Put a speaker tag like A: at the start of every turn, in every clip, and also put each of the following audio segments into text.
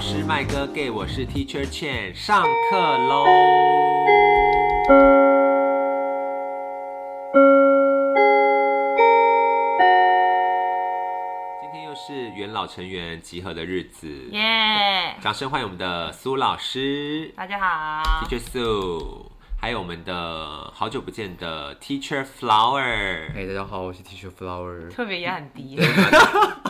A: 是麦哥 gay，我是 Teacher Chen，上课喽！今天又是元老成员集合的日子，
B: 耶、
A: 掌声欢迎我们的苏老师
B: 大家好，
A: ，Teacher Sue，还有我们的好久不见的 Teacher Flower，
C: 嗨、大家好，我是 T 恤 Flower。
B: 特别也很低。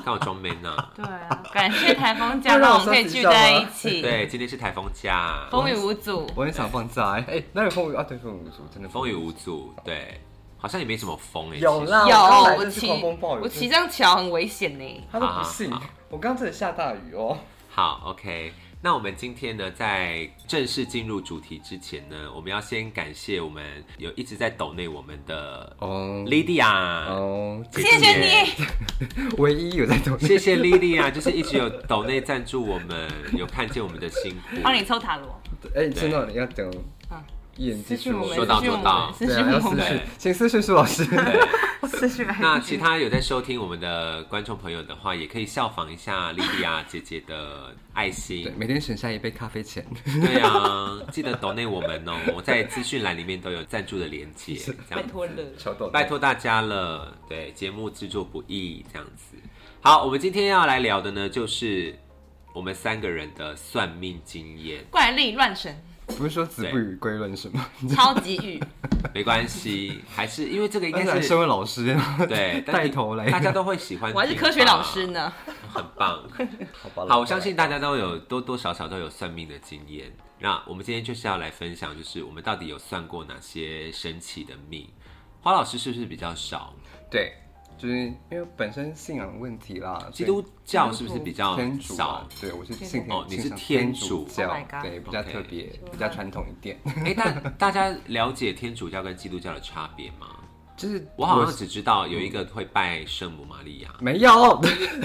A: 看我装 man 啊！
B: 对啊，感谢台风假
C: 要
B: 让
C: 让
B: 我
C: 我
B: 们可以
C: 上
B: 聚
C: 学校
B: 在
C: 吗
B: 一起，
A: 对，今天是台风假，
B: 风雨无阻。
C: 我很想放假哎、哎哪有风雨啊？对，风雨无阻，真的
A: 风雨无阻，对，好像也没什么风哎、
C: 有
A: 其实
C: 啦，
B: 有
C: 刚来
B: 我
C: 就是
B: 骑
C: 狂风暴雨，
B: 我骑上桥很危险呢。
C: 他都不信
A: 啊啊，
C: 我刚刚真的下大雨哦。
A: 好，OK。那我们今天呢，在正式进入主题之前呢，我们要先感谢我们有一直在抖内我们的
C: 哦
A: Lydia，
C: 哦，
A: 姐
B: 谢谢
A: 姐
B: 你，
C: 唯一有在懂
A: 谢谢 Lydia，就是一直有抖内赞助我们，有看见我们的辛苦。
B: 帮你抽塔罗。
C: 哎、真的你要等
B: 啊
C: 一眼
B: 私
C: 记
B: 讯
C: 住
B: 我
C: 哦
B: 们，
A: 说到
B: 私讯我
A: 做到
B: 们，私
C: 对
B: 讯
C: 啊，要
B: 我
C: 私
B: 们，
C: 讯，请私讯苏老师。
B: 私讯 IG。
A: 那其他有在收听我们的观众朋友的话，也可以效仿一下 Lydia 姐姐的爱
C: 对，
A: 心。
C: 每天省下一杯咖啡钱。
A: 对啊，记得抖内我们哦，我在资讯栏里面都有赞助的连接，这
B: 拜
A: 样子
B: 托了，
C: 小豆，
A: 拜，托大家了，对，节目制作不易这样子。好，我们今天要来聊的呢，就是我们三个人的算命经验，
B: 怪力乱神，
C: 不是说子不语归论是吗？
B: 超级语。
A: 没关系，还是因为这个应
C: 但
A: 该
C: 是
A: 是
C: 身为老师，
A: 对但
C: 哎带头来，
A: 大家都会喜欢听
B: 我
A: 吧，
B: 还是科学老师呢。
A: 很 棒。
C: 好吧
A: 好，我相信大家都有多多少少都有算命的经验。那我们今天就是要来分享，就是我们到底有算过哪些神奇的命。花老师是不是比较少？
C: 对，就是因为本身信仰问题啦，
A: 基
C: 所以
A: 督教是不是比较
C: 天主
A: 少
C: 啊？，对我是
B: 天主
C: 信
A: 哦你是
C: 信仰
A: 天主
C: 主
B: Oh
C: 教
B: my god，
C: 对，比较
A: OK
C: 特别，比较传统一点。
A: 哎、但大家了解天主教跟基督教的差别 吗？
C: 就是
A: 我好像只知道有一个会拜圣母玛利亚，
C: 没有，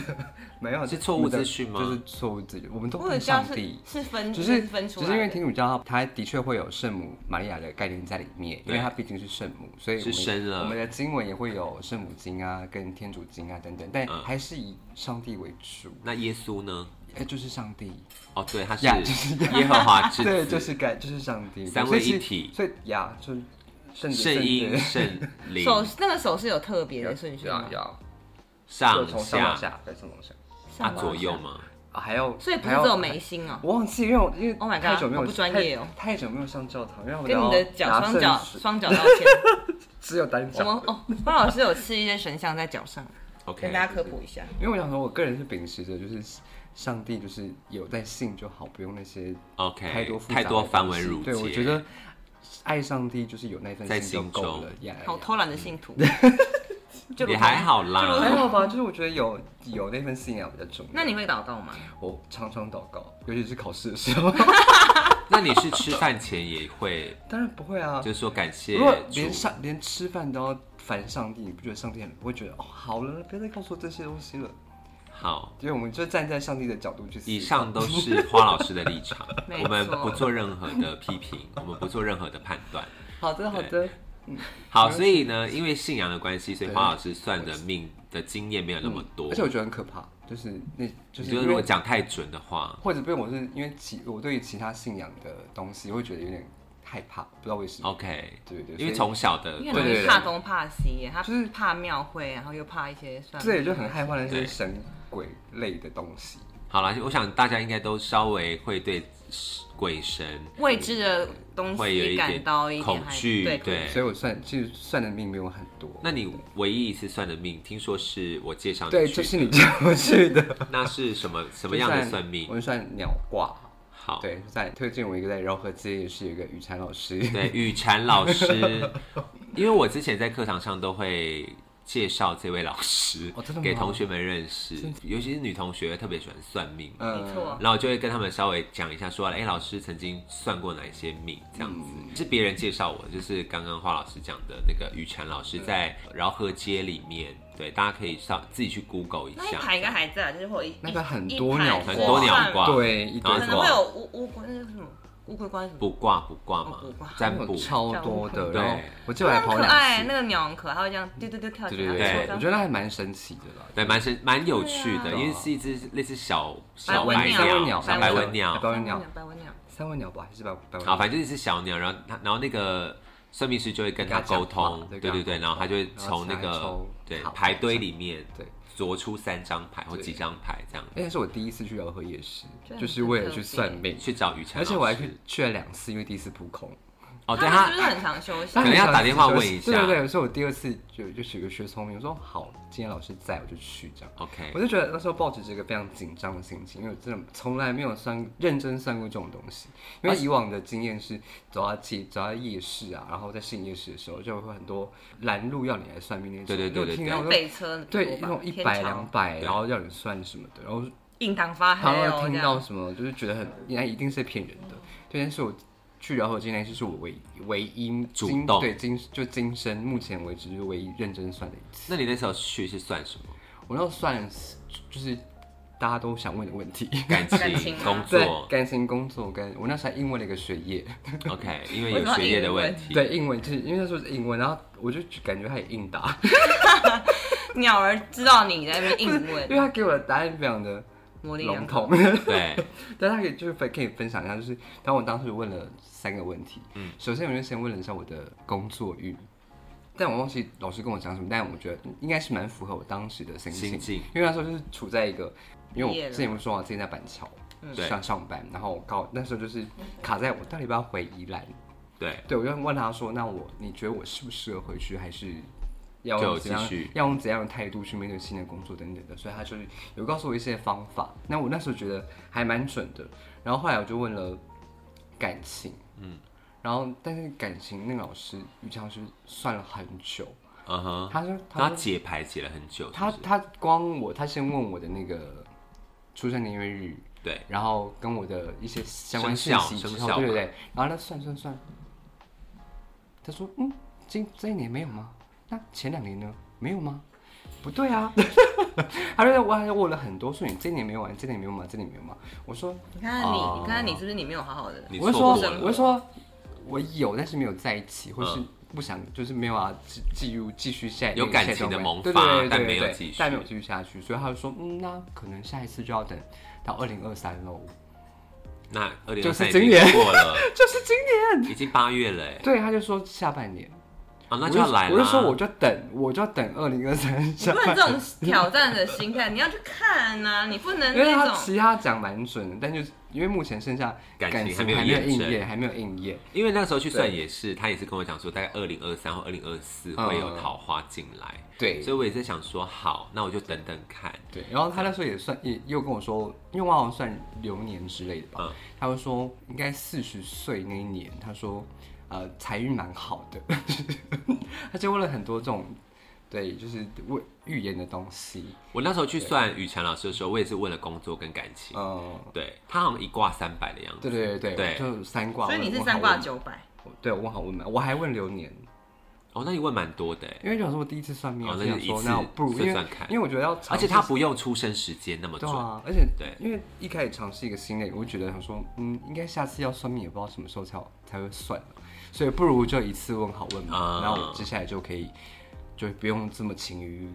C: 没有
A: 是错误资讯吗
C: 就是错误资讯，我们都
B: 或者
C: 跟
B: 教
C: 上
B: 是
C: 帝。
B: 是分，
C: 只
B: 是
C: 是
B: 分出
C: 只
B: 来
C: 是
B: 的。
C: 因为天主教它的确会有圣母玛利亚的概念在里面，因
A: 对
C: 为它毕竟是圣母，所以我
A: 是
C: 们
A: 生了
C: 我们的经文也会有圣母经啊、跟天主经啊等等，但
A: 嗯
C: 还是以上帝为主，
A: 那耶稣呢？
C: 哎，就是上帝，
A: 哦，对，他是
C: 呀就是
A: 耶和华之子，
C: 对，就是该就是上帝
A: 三
C: 所以
A: 位
C: 其
A: 一
C: 实
A: 体
C: 所以呀，就是圣子
A: 圣
C: 子
A: 婴、 圣灵、
B: 手那个手是有特别的顺序
C: 要
B: 吗？
C: 要
A: 上
C: 从上
A: 下
C: 往下，对，从往下，
A: 啊
B: 上吗
A: 左右？吗？
C: 啊还要，
B: 所以不是
C: 还要
B: 只有眉心哦。
C: 我忘记，因为我因为
B: Oh my god，
C: 太久没有
B: 好不专业哦
C: 太，太久没有上教堂，让我
B: 跟你的脚
C: 拿
B: 双
C: 圣
B: 脚
C: 旨
B: 双脚道歉。
C: 只有单
B: 我们
C: 脚。
B: 哦，方老师有刺一些神像在脚上，
A: OK，
B: 跟大家科普一下。
C: 因为我想说，我个人是秉持着就是上帝就是有在信就好，不用那些
A: OK，
C: 太多复杂
A: 太
C: 的
A: 多繁
C: 东
A: 文
C: 西
A: 缛节，
C: 对，我觉得爱上帝就是有那份
A: 在
C: 信
A: 心
C: 就够
A: 中
C: 了呀。
B: 好
C: 呀
B: 偷懒的信徒， 就如
A: 也
B: 同
A: 还。好
C: 还
A: 啦。
C: 好吧，就是我觉得有有那份信仰比较重要。
B: 那你会祷告吗？，
A: 呃
C: 我常常祷告，尤其是考试的时 候。
A: 那你是吃饭前也会，
C: 当然不会啊，
A: 就是说感谢
C: 如果连
A: 主，
C: 上连吃饭都要烦上帝，你不觉得上帝很会觉得哦，好了，不要再告诉我这些东西了。
A: 好。
C: 因为我们就站在上帝的角度去思考。
A: 以上都 是花老师的立场
B: 没错
A: 我们不做任何的批评，我们不做任何的判断。
C: 好的好的，
A: 好，
C: 没关系
A: 所以呢，因为信仰的关系，所以
C: 嗯对嗯
A: 花老师算的命的经验没有那么多。
C: 而且我觉得很可怕，就是那就
A: 你
C: 是
A: 觉得
C: 因
A: 如果
C: 为
A: 讲太准的话，
C: 或者被我是因为其我对于其他信仰的东西，我会觉得有点害怕，不知道为什么。
A: ，OK，
C: 对对，
A: 因为
C: 所以
A: 从小的
B: 因为
C: 对
B: 很
C: 对
B: 容易
C: 对
B: 怕东怕西耶，他
C: 就是
B: 怕庙会，然后又怕一些算
C: 这也就很害怕那
A: 对
C: 些神鬼类的东西。
A: 好了，我想大家应该都稍微会对鬼神
B: 未知的东
A: 会有一
B: 西
A: 点
B: 感到一点
A: 恐
B: 害
A: 惧
B: 对，
A: 对
C: 所以我算其实算的命没有很多。
A: 那你唯一一次算的命，听说是我介绍你
C: 对，
A: 去
C: 就是你叫我去的。
A: 那是什么什
C: 什
A: 么样的算命
C: 我？就算鸟卦。
A: 好，
C: 对，在推荐我一个在饶河街也是有一个雨禅老师，
A: 对，雨禅老师，因为我之前在课堂上都会介绍这位老师
C: 哦真的吗
A: 给同学们认识
C: 真，
A: 尤其是女同学特别喜欢算命，
C: 嗯
B: 没错
A: 然后我就会跟他们稍微讲一下，说，哎，老师曾经算过哪一些命，这样子、
C: 嗯
A: 是别人介绍我，就是刚刚花老师讲的那个雨禅老师在饶河街里面，对，大家可以上自己去 Google 一
B: 那一
A: 下，
B: 排应该还在，就是会有一
C: 那边很
B: 一
C: 多
B: 排
C: 鸟
B: 是
C: 挂
A: 很多鸟
B: 算
A: 挂，
C: 对一堆
A: 然后
B: 可
A: 什
B: 能会
A: 么
B: 有乌乌龟，那是什么乌龟瓜是什么？
A: 卜卦卜卦嘛
B: 哦卜卦，
A: 占卜
C: 有超多的，然后
A: 对
C: 我就来
B: 它
C: 啊跑
B: 很可
C: 两
B: 爱，啊
C: 次
B: 那。个鸟很可爱，它会这样丢丢丢跳
C: 对
B: 起来。
C: 对对，
B: 然
C: 我
B: 后
C: 觉得那还蛮神奇的啦。
A: 对，蛮神蛮有趣的，
B: 对啊
A: 因为是一只类似小
B: 白
A: 小
B: 文
A: 白
B: 鸟
A: 鸟、
B: 白
A: 小
B: 文
A: 白文
C: 鸟
A: 鸟，
C: 白文鸟
B: 白文鸟，
C: 三文鸟吧，还是白白文
A: 好，
C: 鸟？
A: 反正就是小鸟，然后他，然后那个算命师就会跟他沟通，对
C: 跟他讲话对
A: 对对，然后他就会
C: 然后
A: 从那
C: 请他
A: 个
C: 抽
A: 对
C: 塔罗
A: 牌堆里面
C: 对，
A: 啄出三张牌或
C: 对
A: 几张牌这样
C: 哎，那是我第一次去饶河夜市
B: 真，的
C: 就是为了去算
A: 子，
C: 命，
A: 去找于谦
C: 而
A: 老师，
C: 且我还去去了两次，因为第一次扑空。
A: 哦，对
B: 它
A: 他
B: 们是不是很常休息
A: 可？能要打电话问一下
C: 对对对，所以我第二次就就学个学聪明，我说好，今天老师在我就去这样。
A: ，OK，
C: 我就觉得那时候抱着这个非常紧张的心情，因为我真的从来没有算认真算过这种东西。因为
A: 啊
C: 以往的经验是走到街、走到夜市啊，然后在市营夜市的时候，就会很多拦路要你来算命那种。
A: 对对对对
C: 我听
A: 对
C: 到我就
B: 北车
C: 对那种一百两
B: 两
C: 百，
A: 对
C: 然后要你算什么的，然后
B: 印堂发黑
C: 常
B: 哦，
C: 常听
B: 这
C: 到
B: 样
C: 什么，就是觉得很应该一定是骗人的。对，但是我去饶河今天是我唯唯一
A: 主
C: 今
A: 动
C: 对今就今生目前为止就是唯一认真算的一次。
A: 那你那时候去是算 什么？
C: 我那时候算就是大家都想问的问题。
A: 感
B: 感情
A: 情、
B: 啊
A: 工
C: 对，
A: 作
C: 感情工作跟我那时候还英文了一个学业，
A: ，OK，因为有学业的问题，
C: 对，英文就是因为那时候是英文，然后我就感觉他也硬答，
B: 鸟儿知道你在那边硬
C: 因为
B: 问，
C: 他给我的答案非常的
B: 模棱两
C: 笼
B: 可。
C: 统，
A: 对，
C: 但他可以就是分可以分享一下，就是当我当时问了三个问题，嗯，首先我就先问了一下我的工作欲，但我忘记老师跟我讲什么，但我觉得应该是蛮符合我当时的心情，
A: 心境
C: 因为那时候就是处在一个，因为我
B: 毕业了
C: 之前不是说我之前在板桥。
A: 对
C: 上上班，然后我告那时候就是卡在我到底要不要回宜兰，
A: 对，
C: 对，我就问他说：“那我你觉得我适不适合回去，还是要
A: 就
C: 用怎
A: 继
C: 样
A: 续
C: 要用怎样的态度去面对新的工作等等的？”所以他就是有告诉我一些方法。那我那时候觉得还蛮准的。然后后来我就问了感情，嗯，然后但是感情那个老师于强老师算了很久，
A: 嗯哼，
C: 他说
A: 然
C: 他
A: 后
C: 说
A: 解牌解了很久，
C: 他
A: 是不是
C: 他光我他先问我的那个出生年月日，
A: 对，
C: 然后跟我的一些相关
A: 生
C: 信
A: 肖
C: 息之
A: 生
C: 后，
A: 肖
C: 对对
A: 嘛
C: 对，然后他算算算，他说嗯，今这一年没有吗？那前两年呢？没有吗？不对啊， 他就我还问了很多，说你这一年没有玩，这一年没有吗？这一年没有吗？我说
B: 你看看你，
C: 哦
B: 你看看你是不是你没有好好的？
A: 你
C: 我就
A: 错
C: 说
A: 过
B: 了
C: 我就说我有，但是没有在一起，或是
A: 嗯
C: 不想，就是没有啊，继继续继续下
A: 有感情的萌
C: 对
A: 发
C: 对对对
A: 但
C: 对
A: 没有
C: 对
A: 继续
C: 但没有继续下去，所以他就说嗯，那可能下一次就要等到二零二 三喽，
A: 那二零
C: 就
A: 二
C: 是
A: 三已
C: 今
A: 经
C: 年
A: 过了，
C: 就是今年。
A: 已经八月了，哎，
C: 对，他就说下半年，
A: 啊，那就要来了，
C: 我就说我就等，我就等二零二三
B: 你
C: 下
B: 不能
C: 半年。
B: 这种挑战的心态，你要去看呐、你不能
C: 因为
B: 那
C: 他
B: 种
C: 其他讲蛮准的，但就是因为目前剩下
A: 感情还
C: 情还
A: 没有
C: 没有
A: 验
C: 应
A: 证
C: 验，还没有应验。
A: 因为那时候去算也是，他也是跟我讲说，大概二零二三或二零二四
C: 嗯
A: 会有桃花进来，
C: 对
A: 所以我也在想说，好，那我就等等看。
C: 对，然后他那时候也算也又跟我说，因为我好像算流年之类的吧，
A: 嗯
C: 他就说应该四十岁那一年，他说呃财运蛮好的， 他就问了很多这种对就是问预言的东西，
A: 我那时候去算雨辰老师的时候，我也是问了工作跟感情，
C: 嗯，
A: 对他好像一卦三百的样子，
C: 对对对
A: 对
C: 就三卦
B: 所
C: 问，
B: 以你是
C: 问
B: 三
C: 好
B: 挂
C: 问
B: 九百，
C: 对，我问好问满，我还问流年，
A: 哦，那你问蛮多的哎，
C: 因为想说我第一次算命，啊
A: 哦
C: 我
A: 那就
C: 就想
A: 一
C: 说
A: 次
C: 那我不如因
A: 算
C: 为
A: 算看
C: 因为我觉得要尝试，
A: 而且他不用出生时间那么
C: 对
A: 准，
C: 啊，而且
A: 对
C: 因为一开始尝试一个新的，我就觉得想说，嗯，应该下次要算命也不知道什么时候才有才会算了，所以不如就一次问好问
A: 啊
C: 嘛，然后我接下来就可以就不用这么勤于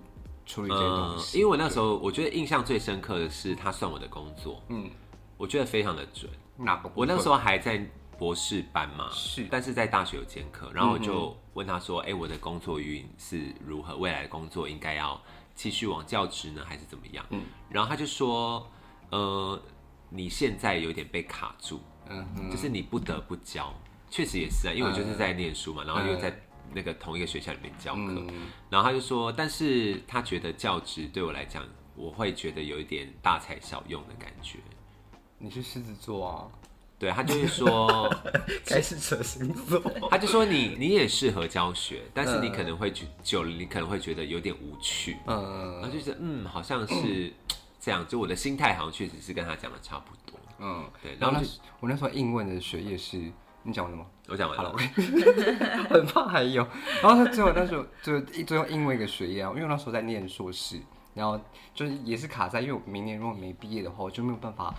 C: 处理这些东
A: 嗯因
C: 西，
A: 为我那时候我觉得印象最深刻的是他算我的工作，
C: 嗯，
A: 我觉得非常的准。
C: 哪个部
A: 我
C: 分
A: 那时候还在博士班嘛，
C: 是嗯
A: 但是在大学有兼课，然后我就问他说：“哎、我的工作运是如何？未来的工作应该要继续往教职呢，还是怎么样？”
C: 嗯
A: 然后他就说：“呃，你现在有点被卡住，
C: 嗯哼
A: 就是你不得不教。确实也是啊，因为我就是在念书嘛，然后又在那个同一个学校里面教课，
C: 嗯
A: 然后他就说，但是他觉得教职对我来讲，我会觉得有一点大材小用的感觉。
C: 你是狮子 座啊，
A: 对他就是说，
C: 开始扯星座，
A: 他就说你你也适合教学，但是你可能会觉久了，你可能会觉得有点无趣，然后
C: 嗯
A: 就是嗯，好像是这样，就我的心态好像确实是跟他讲的差不多。
C: 嗯，
A: 对，然
C: 然后
A: 后
C: 那
A: 就
C: 时我那时候应问的学业是，你讲完了吗？
A: 我讲完了，
C: 很怕还有。然后他最后那时候就最后因为一个学业啊，因为我那时候在念硕士，然后就是也是卡在，因为我明年如果没毕业的话，我就没有办法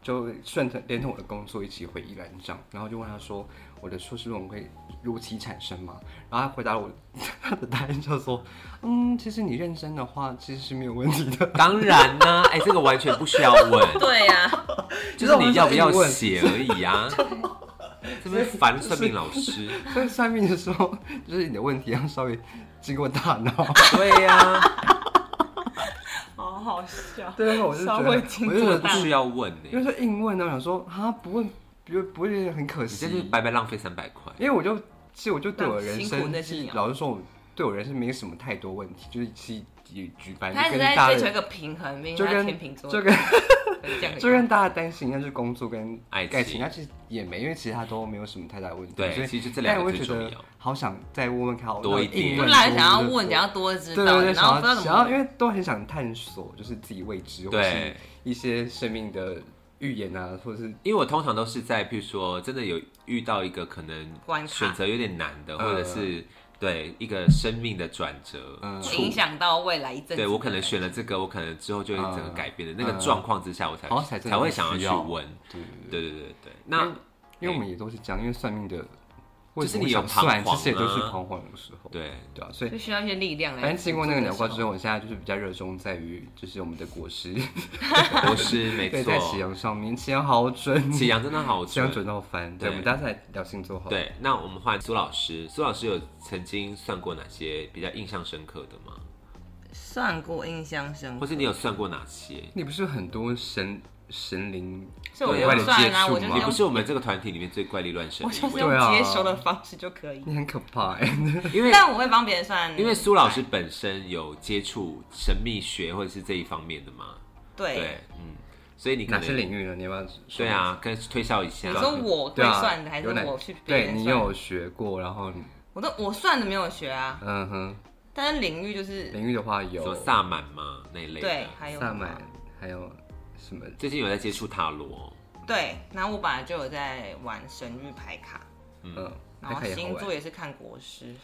C: 就顺着连同我的工作一起回宜兰这样，然后就问他说我的硕士论文会如期产生吗？然后他回答我 他的答案叫做，嗯，其实你认真的话其实是没有问题 的，
A: 当然啦、哎、这个完全不需要问，
B: 对啊呀、
A: 就是你要不要
C: 你知道我们是
A: 写而已 啊。这边烦算命老师，
C: 所以算命的时候就是你的问题要稍微经过大脑。
A: 对呀、
B: 好好笑。
C: 对，然后我就觉
B: 稍
C: 得，
B: 微
C: 我
B: 经
C: 就觉
B: 过
C: 得
A: 不
B: 大脑
A: 需要问欸呢、
C: 因为说硬问呢，我想说啊，不问，不会不会很可
A: 你这就是
C: 惜，
A: 白白浪费三百块。
C: 因为我就其实我就对我人
B: 辛苦那
C: 生，
B: 是
C: 其
B: 你
C: 实
B: 哦
C: 老实说，我对我人生没什么太多问题，就是其实也举办
B: 他一直
C: 就跟
B: 在
C: 大
B: 追求一
C: 家
B: 个平衡，因为
C: 就
B: 他
C: 跟
B: 天秤座，
C: 就跟
B: 这样
C: 就跟大家担心一样，就是工作跟
A: 爱情
C: 爱情，但其实也没，因为其他都没有什么太大的问题。所
A: 对，
C: 以
A: 其实这
C: 但
A: 两
C: 我
A: 个
C: 就
A: 最
C: 觉
A: 重
C: 得
A: 要。
C: 好想再问问看，好
A: 多一点
B: 本
A: 本
B: 来想要问，想要多知
C: 对
B: 道，
C: 对对，
B: 然后
C: 想
B: 不知道
C: 要
B: 怎
C: 想要，
B: 么
C: 因。为都很想探索，就是自己未知，或是
A: 对，
C: 一些生命的预言啊，或者是
A: 因为我通常都是在，譬如说，真的有遇到一个可能
B: 关卡
A: 选择有点难的，
C: 嗯
A: 或者是对一个生命的转折
C: 嗯
A: 处，
B: 影响到未来一阵子。
A: 对我可能选了这个，我可能之后就会整个
C: 嗯
A: 改变的那个
C: 嗯
A: 状况之下，我才
C: 好像才真
A: 才
C: 的
A: 会想要
C: 需
A: 去
C: 要
A: 问。
C: 对
A: 对对对对对，那
C: 因为我们也都是这样，因为算命的，
A: 就
C: 为
A: 是
C: 什
A: 你
C: 么
A: 有
C: 想算，
A: 彷徨
C: 这些都是
A: 啊
C: 彷徨的时候，
A: 对
C: 对啊，所以
B: 就需要一些力量来。
C: 反正经过那个鸟卦之后，，我现在就是比较热衷在于就是我们的果实，
A: 国师没
C: 对，
A: 错
C: 在，启阳上面，启阳 好准，
A: 启阳真的 好
C: 启阳
A: 准。
C: 准到翻，对，
A: 对
C: 我们大家来聊星座好，，
A: 对，那我们换苏老师，苏老师有曾经算过哪些比较印象深刻的吗？
B: 算过印象深
A: 或
B: 刻，
A: 是你有算过哪些？
C: 你不是很多神神灵
B: 所以
C: 对
B: 我
C: 外
B: 不
C: 的
B: 算
C: 接
B: 啊，我
C: 触
B: 就
A: 你
B: 是
A: 不
C: 吗？
A: 是我们这个团体里面最怪力乱神
B: 我
A: 的
B: 就是
A: 一
B: 用
A: 位，
C: 对啊
B: 接收的方式就可以。
C: 你很可怕哎、
A: 因为
B: 但我会帮别人算，
A: 因为苏老师本身有接触神秘学或者是这一方面的嘛，
B: 对，
A: 对，嗯，所以你可
C: 哪
A: 能
C: 些领域呢？你要不要？
A: 对，啊，跟推销一下。
B: 你说我会
C: 对啊，
B: 算的，还是
C: 有哪
B: 我去别人
C: 对
B: 算？
C: 你有学过，然后你
B: 我都我算的没有学啊，
C: 嗯哼，
B: 但是领域就是
C: 领域的话有
A: 说萨满嘛那一类的，
B: 对，还有
C: 萨满，还有什么？
A: 最近有在接触塔罗，
B: 对，然后我本来就有在玩神域牌卡，
C: 嗯，
B: 然后
C: 还可以好
B: 星
C: 玩
B: 座也是看国师。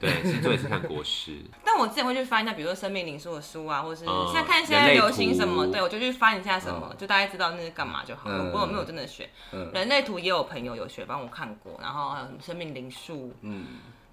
A: 对，星座也是看国师，
B: 但我之前会去翻一下，比如说生命灵数的书啊，或是
A: 嗯
B: 现在看现在流行什么，
A: 人类图
B: 对我就去翻一下什么，就大概知道那是干嘛就好了。
C: 嗯
B: 不过我没有真的学，
C: 嗯
B: 人类图也有朋友有学帮我看过，然后还有什么生命灵数、
C: 嗯，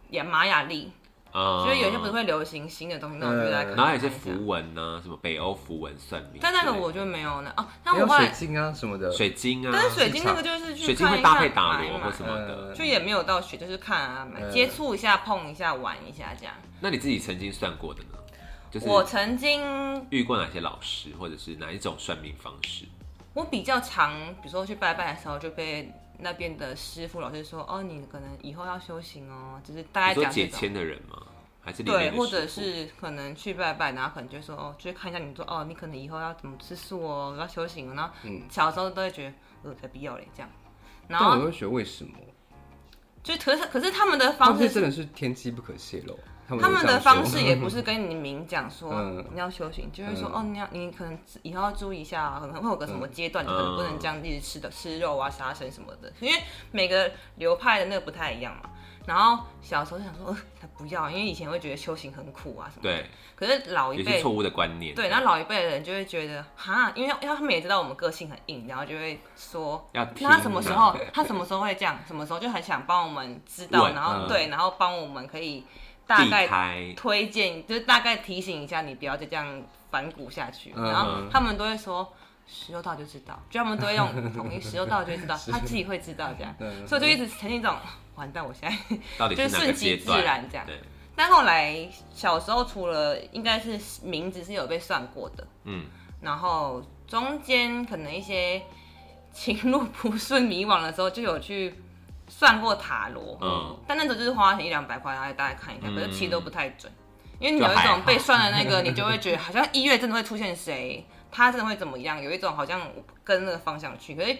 B: 也玛雅历，
A: 啊，
B: 所以有些不是，会流行新的东西，那我就来看。
A: 然后有些
B: 看一下
A: 符文呢，什么北欧符文算命之类的，
B: 但那个我就没有呢。哦，那
C: 还
B: 我
C: 有
B: 后
C: 水
B: 来，
C: 晶啊什么的，
A: 水晶啊，
B: 但是水晶那个就是去
A: 水晶
B: 看
A: 会
B: 一
A: 搭
B: 下
A: 配打
B: 买
A: 罗
B: 嘛呃
A: 或什么的，
C: 嗯
B: 就也没有到学，就是看啊，买
C: 嗯
B: 接触一下、碰一下、玩一下这样。
A: 那你自己曾经算过的呢？就是
B: 我曾经
A: 遇过哪些老师，或者是哪一种算命方式？
B: 我比较常，比如说去拜拜的时候，就被那边的师傅老师说，哦，你可能以后要修行哦，就是大
A: 你
B: 家
A: 说
B: 讲这
A: 解
B: 种。
A: 签的人吗？还是里
B: 对，
A: 面的
B: 或
A: 师
B: 者
A: 傅
B: 是可能去拜拜，然后可能就说哦，就是看一下你说哦，你可能以后要怎么吃素哦，要修行哦。然后小时候都会觉得呃才不要嘞这样，然
C: 但我
B: 后
C: 都会学为什么？
B: 就可是可是他们的
C: 但
B: 方
C: 是
B: 式
C: 真的是天机不可泄露，他
B: 他
C: 们
B: 们
C: 都这
B: 的
C: 样
B: 方
C: 说
B: 式也不是跟你明讲说
C: 嗯
B: 你要修行，就会说
C: 嗯
B: 哦，你要你可能以后要注意一下啊，可能会有个什么阶段，你可能不能这样一直吃的吃肉啊、杀生什么的，因为每个流派的那个不太一样嘛。然后小时候就想说，呃，才不要，因为以前会觉得修行很苦啊什么的。
A: 对，
B: 可是老一
A: 有些
B: 辈
A: 错误的观念，
B: 对，然后老一辈的人就会觉得哈，因为因为他们也知道我们个性很硬，然后就会说，
A: 要听
B: 那他什么
A: 啊
B: 时候他什么时候会这样，什么时候就很想帮我们知道，
A: 问
B: 然后
C: 嗯
B: 对，然后帮我们可以大
A: 避
B: 概
A: 开，
B: 推荐，就是大概提醒一下你不要再这样反骨下去。
C: 嗯
B: 然后他们都会说时候到就知道，就他们都会 用统一时候到就知道，他自己会知道这样，
C: 嗯
B: 所以我就一直呈现一种完蛋，我现在。
A: 到底
B: 就是是
A: 哪个
B: 顺其
A: 阶
B: 自
A: 段？
B: 然这样。
A: 对，
B: 但后来小时候除了应该是名字是有被算过的，
A: 嗯，
B: 然后中间可能一些情路不顺、迷惘的时候，就有去算过塔罗，
A: 嗯
B: 但那种就是花钱一两百块，然后大概看一下，可是其实都不太准，因为你有一
A: 就还好
B: 种被算的那个，你就会觉得好像一月真的会出现谁，他真的会怎么样，有一种好像跟那个方向去，可是。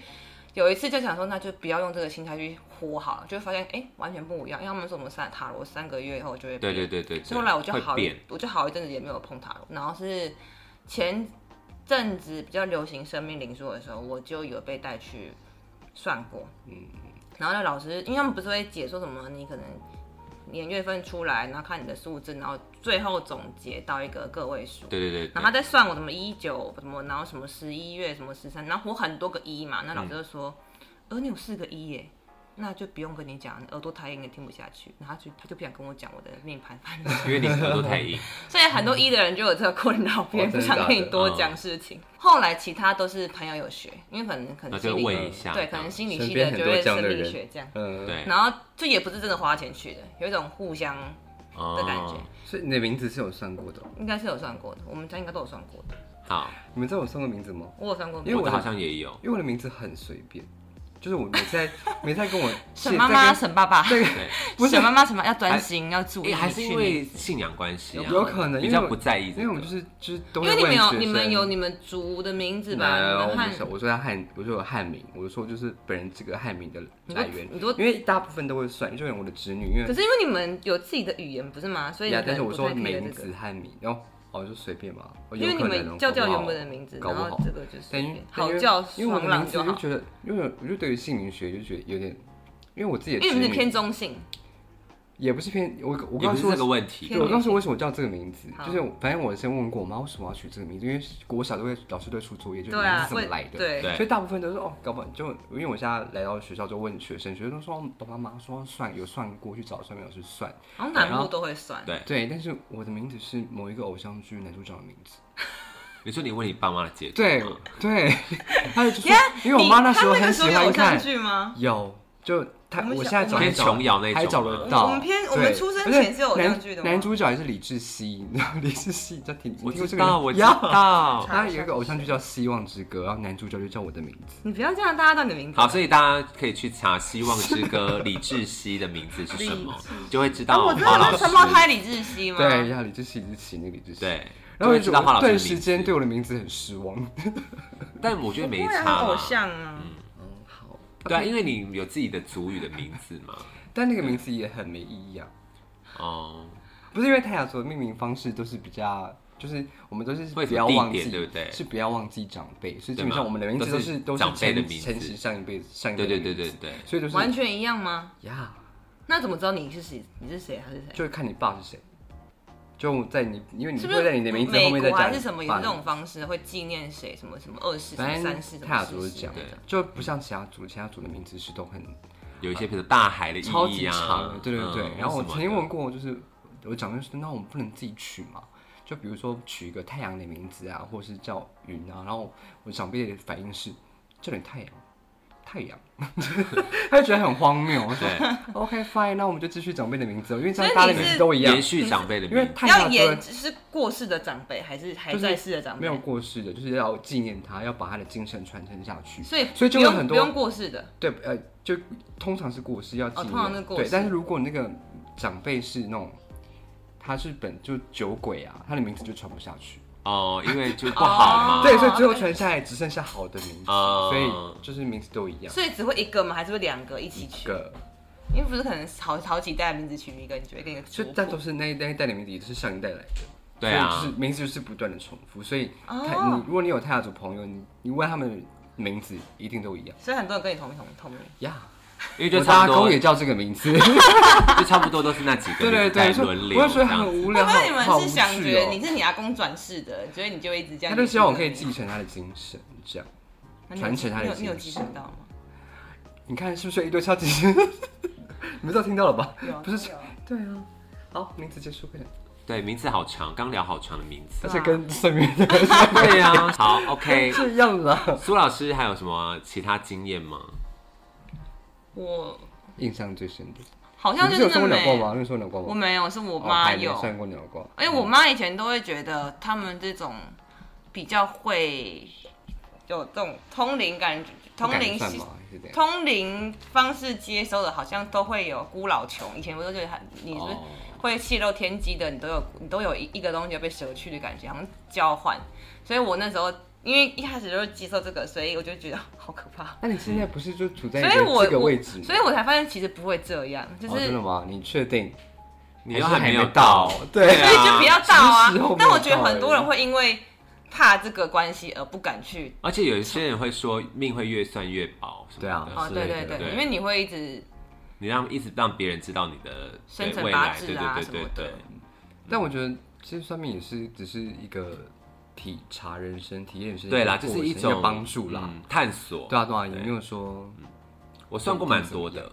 B: 有一次就想说，那就不要用这个心态去活好了，就会发现哎、诶完全不一样。因为他们说我们三塔罗三个月以后就会
A: 对
B: 变
A: 对对对对。
B: 所以后来我就
A: 会
B: 好一
A: 变，，
B: 我就好一阵子也没有碰塔罗。然后是前阵子比较流行生命灵数的时候，我就有被带去
A: 嗯
B: 算过。嗯，然后那老师，因为他们不是会解说什么，你可能年月份出来，然后看你的数字，然后最后总结到一个个位数。
A: 对对对对
B: 然后他在算我什么一九什么，然后什么十一月什么十三，然后我很多个一嘛，
A: 嗯
B: 那老师就说，呃，你有四个一耶，那就不用跟你讲，你耳朵太硬，你听不下去。然后他就他就不想跟我讲我的命盘，反正
A: 因为你耳朵太 硬，
B: 所以很多一的人就有这个困扰，别人
C: 嗯哦真
B: 不
C: 的假的嗯
B: 想跟你多讲事情。后来其他都是朋友有学，因为可能可
A: 那
B: 能
A: 就
B: 心理
A: 问一下
B: 对，可能心理
C: 身
B: 系
C: 边
B: 的
C: 很
B: 就
C: 多
B: 会
C: 这样
B: 生
C: 的
B: 命
C: 人
B: 学这样。
C: 嗯，
A: 对
B: 然后这也不是真的花钱去的，有一种互相的感觉
A: 哦，
C: 所以你的名字是有算过的哦、
B: 应该是有算过的，我们家应该都有算过的，
A: 好，
C: 你们知道我算过名字吗？
B: 我有算过。
C: 因为我
A: 我
C: 的
A: 的好像也有，
C: 因为我的名字很随便，就是我每次在每次在 跟我
B: 沈妈妈、沈爸爸，
A: 对，
C: 不是
B: 沈
C: 哎
B: 妈妈、沈爸要专心，要注意，
A: 哎也还是因为信仰关系啊，
C: 有可能
A: 比
C: 因为
A: 较
C: 我
A: 不在意
C: 因
A: 这个，
C: 为我们就是就是都
B: 因
C: 会
B: 为你们
C: 问
B: 有
C: 学
B: 你们
C: 生
B: 有你们族的名字吧，
C: 没有
B: 你
C: 我
B: 们汉
C: 不是，我说他汉，我说有汉名，我说就是本人这个汉名的来源，
B: 你说你说
C: 因为大部分都会算，就连我的侄女，因
B: 可
C: 为
B: 是因为你们有自己的语言不是吗？所以你
C: 呀，
B: 可
C: 但是
B: 能
C: 我
B: 不
C: 说
B: 太 care
C: 名
B: 这个
C: 字。汉名，然后哦就随便嘛，
B: 因为你们叫
C: 叫
B: 叫原本的名字，
C: 搞
B: 然
C: 不好
B: 后这个就是
C: 但因为
B: 好叫
C: 因为
B: 爽
C: 我的名
B: 朗
C: 字
B: 就
C: 就
B: 好，
C: 觉得，因为我就对于姓名学就觉得有点，因为我自己
B: 因
C: 的
B: 为
C: 侄
B: 你们是偏
C: 女
B: 中性，
C: 也不是偏，我我
A: 也不
C: 刚刚
A: 是
C: 说
A: 这个问题
C: 对，
B: 偏
C: 我
B: 女
C: 告诉
B: 性
C: 我为什么叫这个名字，
B: 好
C: 就是我反正我先问过我妈为什么要取这个名字，因为国小都会老师都会出作业，就是
B: 对
C: 名字
B: 啊
C: 是，怎么
B: 为
C: 来的，
B: 对
A: 对
C: 所以大部分都是哦，搞不好就因为我现在来到学校就问学生，学生都说哦爸爸妈妈说算有算过去找算命老师算，
B: 好像南
C: 然后
B: 部都会算。
A: 对
C: 对，但是我的名字是某一个偶像剧男主角的名字，
A: 你说你问你爸妈的结局
C: 对
A: 吗
C: 对， 他就说，因为我
B: 你
C: 妈那时候
B: 他那
C: 很
B: 个
C: 喜
B: 时候有
C: 欢
B: 偶像
C: 看，
B: 剧吗？
C: 有就他
B: 我们
C: 我
B: 小
C: 现在找
A: 偏
C: 还找
A: 琼瑶那种吗
C: 还找得到，
B: 我们偏我
C: 对
B: 们出生
C: 而且
B: 前是有偶
C: 男
B: 像剧的吗
C: 男主角也是李志熙，你知道李志熙叫挺，
A: 我
C: 你听
A: 知
C: 过这个人
A: 道，我知
C: 呀
A: 道。
C: 他有一个偶像剧叫《希望之歌》，然后男主角就叫我的名字。
B: 你不要这样，大家叫你的名字。
A: 好，所以大家可以去查《希望之 歌》李志熙的名字是什么，就会知
B: 啊，
A: 道
B: 我真的
A: 花老
B: 是承包
A: 师。
B: 胎李志熙吗？
C: 对，呀，李志熙，李志熙，那个李志熙。，
A: 对，
C: 然
A: 就
C: 后
A: 会
C: 一直
A: 知道花老师的
C: 对
A: 名字
C: 时间对我的名字很失望。
A: 但我觉得没
B: 不然
A: 差
B: 偶
A: 嘛。
B: 像啊，
C: 好，
A: 对啊，因为你有自己的族语的名字嘛。
C: 但那个名字也很没意义啊。
A: 哦，
C: 不是因为泰雅族的命名方式都是比较，就是我们都是
A: 会有
C: 不要忘
A: 地
C: 记，
A: 点对不对
C: 是不要忘记长辈，所以基
A: 对
C: 本
A: 嘛
C: 上我们的名字都是
A: 都是
C: 都是
A: 长辈的
C: 承
A: 名字
C: 承袭上一辈上一辈
A: 对
C: 的
A: 对
C: 名字
A: 对对对，
C: 所以就是
B: 完全一样吗？
C: 呀，
B: 那怎么知道你是谁？你是谁？还是谁？
C: 就是看你爸是谁，就在你因为你
B: 是
C: 不
B: 不是
C: 会在你的名字后
B: 美
C: 面再
B: 国
C: 加
B: 还是什么也是
C: 爸
B: 这种方式会纪念谁什么什么二世什么
C: 反正
B: 三世什
C: 泰雅
B: 么
C: 族
B: 四
C: 是
B: 世
C: 这样
A: 对，
C: 就不像其他族，其他族的名字是都很
A: 有一些比如大海的意
C: 超
A: 义
C: 级
A: 啊，
C: 长的，对对对。
A: 嗯
C: 然后我
A: 什么
C: 曾经
A: 的
C: 问过，就是我长辈说，那我们不能自己取嘛？就比如说取一个太阳的名字啊，或者是叫云啊。然后我长辈的反应是叫你太阳，太阳， 他就觉得很荒谬。我说
A: 对
C: OK fine，那我们就继续长辈的名字哦，因为这
B: 所
C: 样
B: 以
C: 大家的
B: 你
C: 名字
B: 是
C: 都一样
A: 延，续长辈的
C: 因为
A: 名字。
C: 太
B: 要
C: 阳
B: 演是过世的长辈还是还在世的长
C: 没
B: 辈
C: 有？过世的，就是要纪念他，要把他的精神传承下去。
B: 所以
C: 所以就
B: 不
C: 有
B: 用
C: 很多
B: 不用过世的，
C: 对，呃，就通常是过世要纪
B: 哦
C: 念，
B: 通常是过世
C: 对，但是如果那个长辈是那种，他是本就酒鬼啊，他的名字就传不下去，
A: 哦，因为就不好嘛。
B: 哦
C: 对，所以最后传下来只剩下好的名字，
A: 哦
C: 所以就是名字都一样。
B: 所以只会一个吗？还是会两个一起取？
C: 个，
B: 因为不是可能好好几代名字取一个，你觉得跟一个族
C: 就
B: 谱
C: 但都是那一那一代的名字，也都是上一代来的，
A: 对啊
C: 所以就是名字就是不断的重复，所以
B: 哦
C: 他、你如果你有泰雅族朋友，你你问他们的名字一定都一样
B: 所以很多人跟你同名同同名。
C: 呀。
A: 因为
C: 我
A: 就差
C: 大
A: 不
C: 公
A: 多，
C: 也叫这个名字，
A: 就差不多都是那几个
C: 对对
A: 名字在
C: 对，所
A: 轮
C: 以
A: 流
C: 我就觉
A: 这
C: 得
A: 样
C: 很
A: 子。
C: 无
B: 会
C: 聊，
B: 不会你们
C: 好
B: 是想
C: 无趣
B: 觉得
C: 哦
B: 你是你阿公转世的，所以你就会一直这样？
C: 他就希望我可以继承他的精神，这样。
B: 那你有
C: 传承他的
B: 你有你有
C: 精
B: 继
C: 神
B: 承到吗？
C: 你看是不是一堆超级星？ 你们都听到了吧？
B: 有啊
C: 不是
B: 有啊，
C: 对啊。好，名字结束快点，
A: 对，名字好长，刚聊好长的名字
C: 而
B: 对。啊
C: 且跟算命的
A: 对呀，好，OK。
C: 是一样 的啦。
A: 苏老师还有什么其他经验吗？
B: 我
C: 印象最深的，
B: 好
C: 你
B: 像
C: 不
B: 就是
C: 有算
B: 真
C: 过
B: 的
C: 鸟
B: 没
C: 卦吗？你有算过鸟
B: 我
C: 卦吗？
B: 没有，是我
C: 哦
B: 妈
C: 还没
B: 有。
C: 算过嗯鸟卦。
B: 而且我妈以前都会觉得他们这种比较会有这种通灵感觉，
C: 不
B: 通
C: 敢
B: 灵
C: 算
B: 系
C: 嘛，是这样。
B: 通灵方式接收的，好像都会有孤老穷。以前不是觉得很你是
A: 哦
B: 会泄露天机的，你都有你都有一一个东西被舍去的感觉，好像交换。所以我那时候因为一开始就是接受这个，所以我就觉得好可怕。
C: 那你现在不是就处在一
B: 所以我
C: 个这个
B: 我
C: 位置吗？
B: 所以我才发现其实不会这样，就
C: 哦
B: 是
C: 真的吗？你确定？
A: 你又
C: 还是
A: 没有
C: 没到？对
A: 对
B: 所
A: 啊
B: 以就不要到啊
C: 时候没有到而已。欸
B: 但我觉得很多人会因为怕这个关系而不敢去。
A: 而且有一些人会说命会越算越薄什么的。
C: 对啊
B: 哦，对对对，
C: 对
A: 对
B: 因为你会一直
A: 你让一直让别人知道你的对
B: 生辰
A: 未
B: 八
A: 来，
B: 字
A: 对
B: 啊
A: 对
B: 什
A: 对
B: 么
A: 对
B: 的
A: 对，
C: 但我觉得其实算命也是只是一个体察人生、体验人生的
A: 对
C: 一个过程，
A: 啦，就是一种
C: 个帮助啦。
A: 嗯探索。
C: 对啊，对啊，也没有说
A: 我算过蛮多的，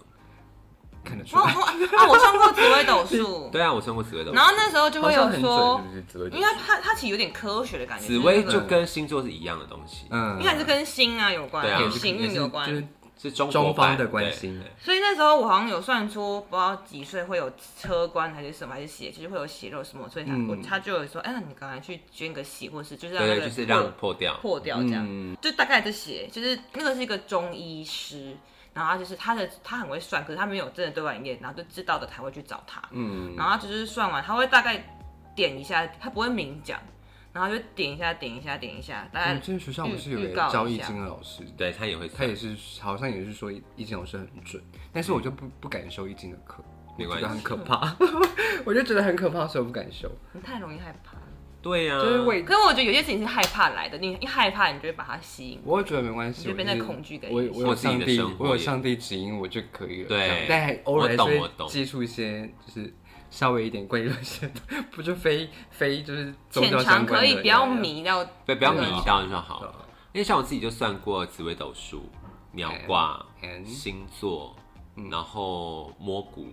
C: 看得出
B: 我
C: 来，
B: 我啊，我算过紫微斗 数，
A: 对啊，我算过紫微斗数。
B: 然后那时候就
C: 好
B: 会
C: 像
B: 有
C: 很
B: 说
C: 准，欸是不是？紫微
B: 因
C: 斗
B: 为
C: 数，
B: 它它它其实有点科学的感觉，
A: 紫薇
B: 就是
A: 就跟星座是一样的东西，
C: 嗯
B: 应该是跟星啊有关
A: 对，啊
B: 有
A: 跟
B: 行运有关
C: 就。是
A: 是中
C: 中
A: 国
C: 方
A: 版
C: 的关
A: 对
C: 心
A: 对
B: 所以那时候我好像有算出，不知道几岁会有车关还是什么，还是血，就是会有血肉什么，所以他、
C: 嗯
B: 我他就有说，哎、那你赶快去捐个血，或是就是让那
A: 对对，就
B: 个
A: 是
B: 破
A: 让嗯破掉。
B: 破掉这样，
C: 嗯
B: 就大概这些，就是那个是一个中医师，然后他就是他的他很会算，可是他没有真的对外营业，然后就知道的才会去找他，
C: 嗯，
B: 然后他就是算完，他会大概点一下，他不会明讲，然后就点一下点一下点一下，大
C: 我
B: 概、
C: 们之前学校不是有
B: 呃预
C: 个
B: 告一
C: 教易
B: 下
C: 经的老师，
A: 对他也会
C: 他
A: 算，
C: 也是好像也是说易经老师很准，但是我就不不敢修易经的课，
A: 没
C: 我
A: 关系
C: 觉得很 可怕， 我就觉得很可怕，所以我不敢修，
B: 你太容易害怕了。
A: 对啊呀，
C: 就是为
B: 可是我觉得有些事情是害怕来的，你一害怕，你就会把它吸引。
C: 我会觉得没关系，
B: 你就
C: 我
B: 被
C: 是
B: 那恐惧给
C: 我
B: 影响
C: 我有
A: 或
C: 上
A: 自己的
C: 帝
A: 生，活
C: 我有
A: 也
C: 上帝指引我就可以了。
A: 对
C: 这样但还偶尔还
A: 我
C: 是
A: 懂我懂
C: 会接触一些，就是稍微一点关于一些，不就非非就是宗
B: 浅
C: 教
B: 尝
C: 相关
B: 可
C: 的
B: 以，不要。迷到。
A: 对，不要迷
B: 对啊
A: 到就好
C: 对啊
A: 了。因为像我自己就算过紫微斗数、鸟卦、
C: And- and-
A: 星座，
C: 嗯
A: 然后摸骨，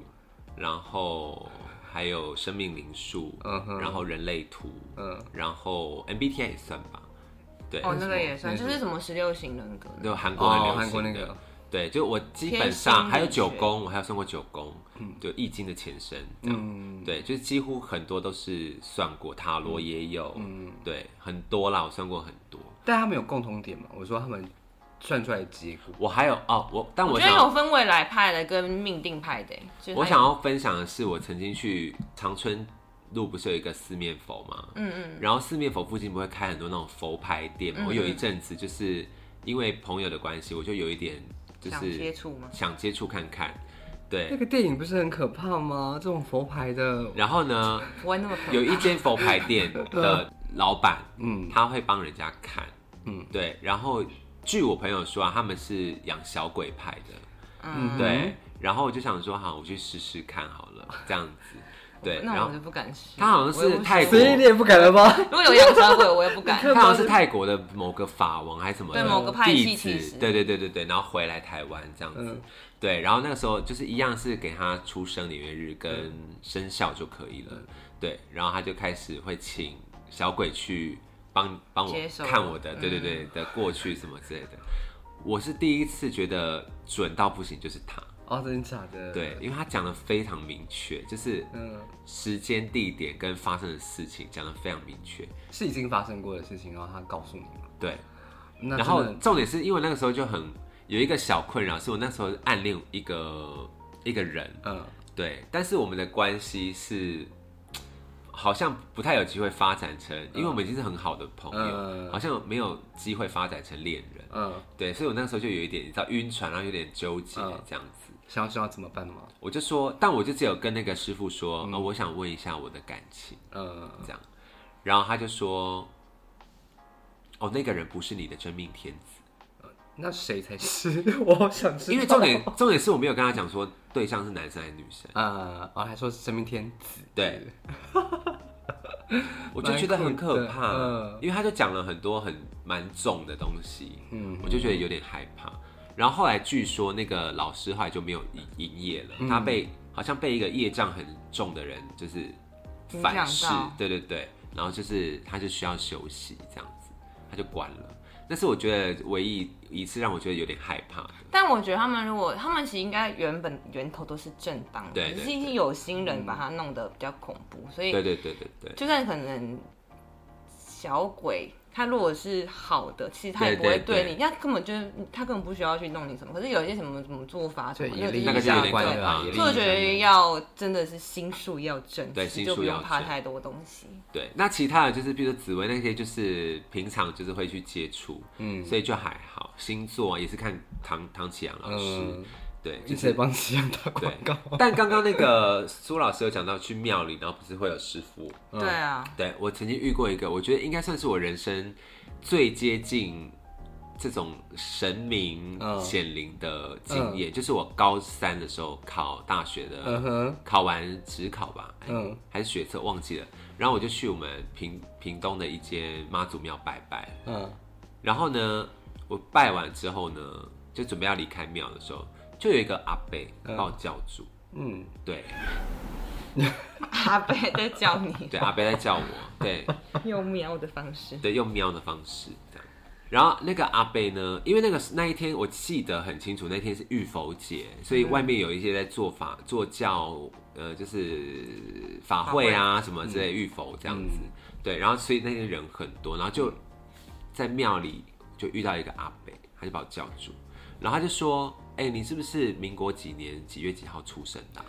A: 然后还有生命灵数
C: 嗯，哼
A: 然后人类图，
C: 嗯，
A: 然后 MBTI 也算吧。对，
B: 哦，那个也
C: 那
B: 算，
C: 是
B: 就是什么十六型人格。
A: 就韩国很流
C: 哦
A: 行，的
C: 韩国那个，
A: 对，就我基本
B: 天
A: 上
B: 心
A: 还有
B: 理
A: 九
B: 学
A: 宫，我还有算过九宫，就易经的前身这样。
C: 嗯，
A: 对，就是几乎很多都是算过，塔罗也有，
C: 嗯
A: 对，很多啦，我算过很多。
C: 但他们有共同点嘛？我说他们算出来的结果，
A: 我还有哦，我但
B: 我
A: 我
B: 觉得
A: 想要
B: 有分未来派的跟命定派的，就是它
A: 我想要分享的是，我曾经去长春路不是有一个四面佛吗？嗯嗯，然后四面佛附近不会开很多那种佛牌店
B: 嗯
A: 吗？我有一阵子就是因为朋友的关系，我就有一点就
B: 想接嗯
A: 是
B: 触吗？
A: 想接触看看，
C: 那
A: 对。
C: 个电影不是很可怕吗？这种佛牌 的，
A: 然后 呢，
B: 不会那么可
A: 有一间佛牌店的老板，
C: 嗯
A: 他会帮人家看，
C: 嗯
A: 嗯，对。然后据我朋友说啊，他们是养小鬼派的，
B: 嗯，
A: 对。然后我就想说，好，我去试试看好了，这样子，对。然
B: 那
A: 后
B: 我就不敢试。
A: 他好像是
B: 我也不
A: 泰
B: 熟
A: 国
C: 所以你也不敢了吧？
B: 如果有养小鬼，我也不敢。
A: 他好像是泰国的某个法王还是什么的
B: 对某个派系
A: 弟
B: 其实
A: 子，对对对对对，然后回来台湾这样子，对，然后那个时候就是一样是给他出生年月日跟生肖就可以了，对，然后他就开始会请小鬼去帮帮我
B: 接手嗯
A: 看我的，对对对的过去什么之类的。我是第一次觉得准到不行，就是他，
C: 哦，真的假的？
A: 对，，因为他讲的非常明确，就是
C: 嗯，
A: 时间、地点跟发生的事情讲的非常明确，
C: 是已经发生过的事情，然后他告诉你嘛。
A: 对。
C: 那
A: 然后
C: 真的
A: 重点是因为那个时候就很有一个小困扰，是我那时候暗恋一个一个人，
C: 嗯，
A: 对，但是我们的关系是好像不太有机会发展成，因为我们已经是很好的朋友，
C: 嗯
A: 好像没有机会发展成恋人，
C: 嗯，
A: 对，所以我那时候就有一点你知道晕船，啊然后有点纠结
C: 嗯
A: 这样子。
C: 想要知道怎么办吗？
A: 我就说，但我就只有跟那个师傅说，呃我想问一下我的感情
C: 嗯，
A: 这样，然后他就说，哦，那个人不是你的真命天子。
C: 那谁才是？ 我好想知道。
A: 因为重点重点是我没有跟他讲说对象是男生还是女生，
C: 呃，哦，还说是生命天子，
A: 对，我就觉得很可怕，
C: 蛮酷的嗯
A: 因为他就讲了很多很蛮重的东西，嗯，我就觉得有点害怕。然后后来据说那个老师后来就没有营营业了，他被好像被一个业障很重的人就是反噬
B: 影响到，
A: 对对对，然后就是他就需要休息这样子，他就关了。那是我觉得唯一一次让我觉得有点害怕的，
B: 但我觉得他们如果他们其实应该原本源头都是正当的，
A: 对
B: 只
A: 对嗯
B: 是一些有心人把它弄得比较恐怖，所以
A: 对对对对对。
B: 就算可能小鬼，他如果是好的，其实他也不会
A: 对对
B: 对你，他根本就是他根本不需要去弄你什么。可是有一些什么什么做法什
C: 对，
B: 么，
C: 也
B: 就是
C: 另
A: 那个啊
C: 一
A: 就有
C: 大
A: 点
C: 关
A: 可怕
C: 了，也
B: 所以我觉
C: 另
B: 得
C: 一大
B: 要
C: 关
B: 真的是心术要正，
A: 对
B: 其实
A: 心
B: 就
A: 术
B: 不用
A: 要
B: 怕
A: 正
B: 太多东西。
A: 对，那其他的就是，比如说紫薇那些，就是平常就是会去接触，嗯，所以就还好。星座啊也是看唐唐启阳老师，
C: 嗯，
A: 对，
C: 一
A: 就
C: 直在
A: 是。
C: 帮西洋打广
A: 对
C: 告，，
A: 但刚刚那个苏老师有讲到去庙里，然后不是会有师傅？
B: 对啊，
A: 对我曾经遇过一个，我觉得应该算是我人生最接近这种神明
C: 嗯
A: 显灵的经验，就是我高三的时候考大学的
C: 嗯哼，
A: 考完职考吧，嗯
C: 嗯，
A: 还是学测忘记了。然后我就去我们屏屏东的一间妈祖庙拜拜。
C: 嗯，
A: 然后呢，我拜完之后呢，就准备要离开庙的时候，就有一个阿伯
C: 嗯
A: 把我叫住。
C: 嗯，
A: 对
B: 阿贝在叫你，
A: 对，阿伯在叫我，对
B: 用瞄的方式。
A: 对，用喵的方式这样。然后那个阿伯呢，因为那个那一天我记得很清楚，那天是浴佛节，所以外面有一些在做法做教，呃，就是法会嗯啊什么之类浴佛这样子。对，然后所以那天人很多，然后就在庙里就遇到一个阿伯，他就把我叫住，然后他就说：“哎、你是不是民国几年几月几号出生的啊、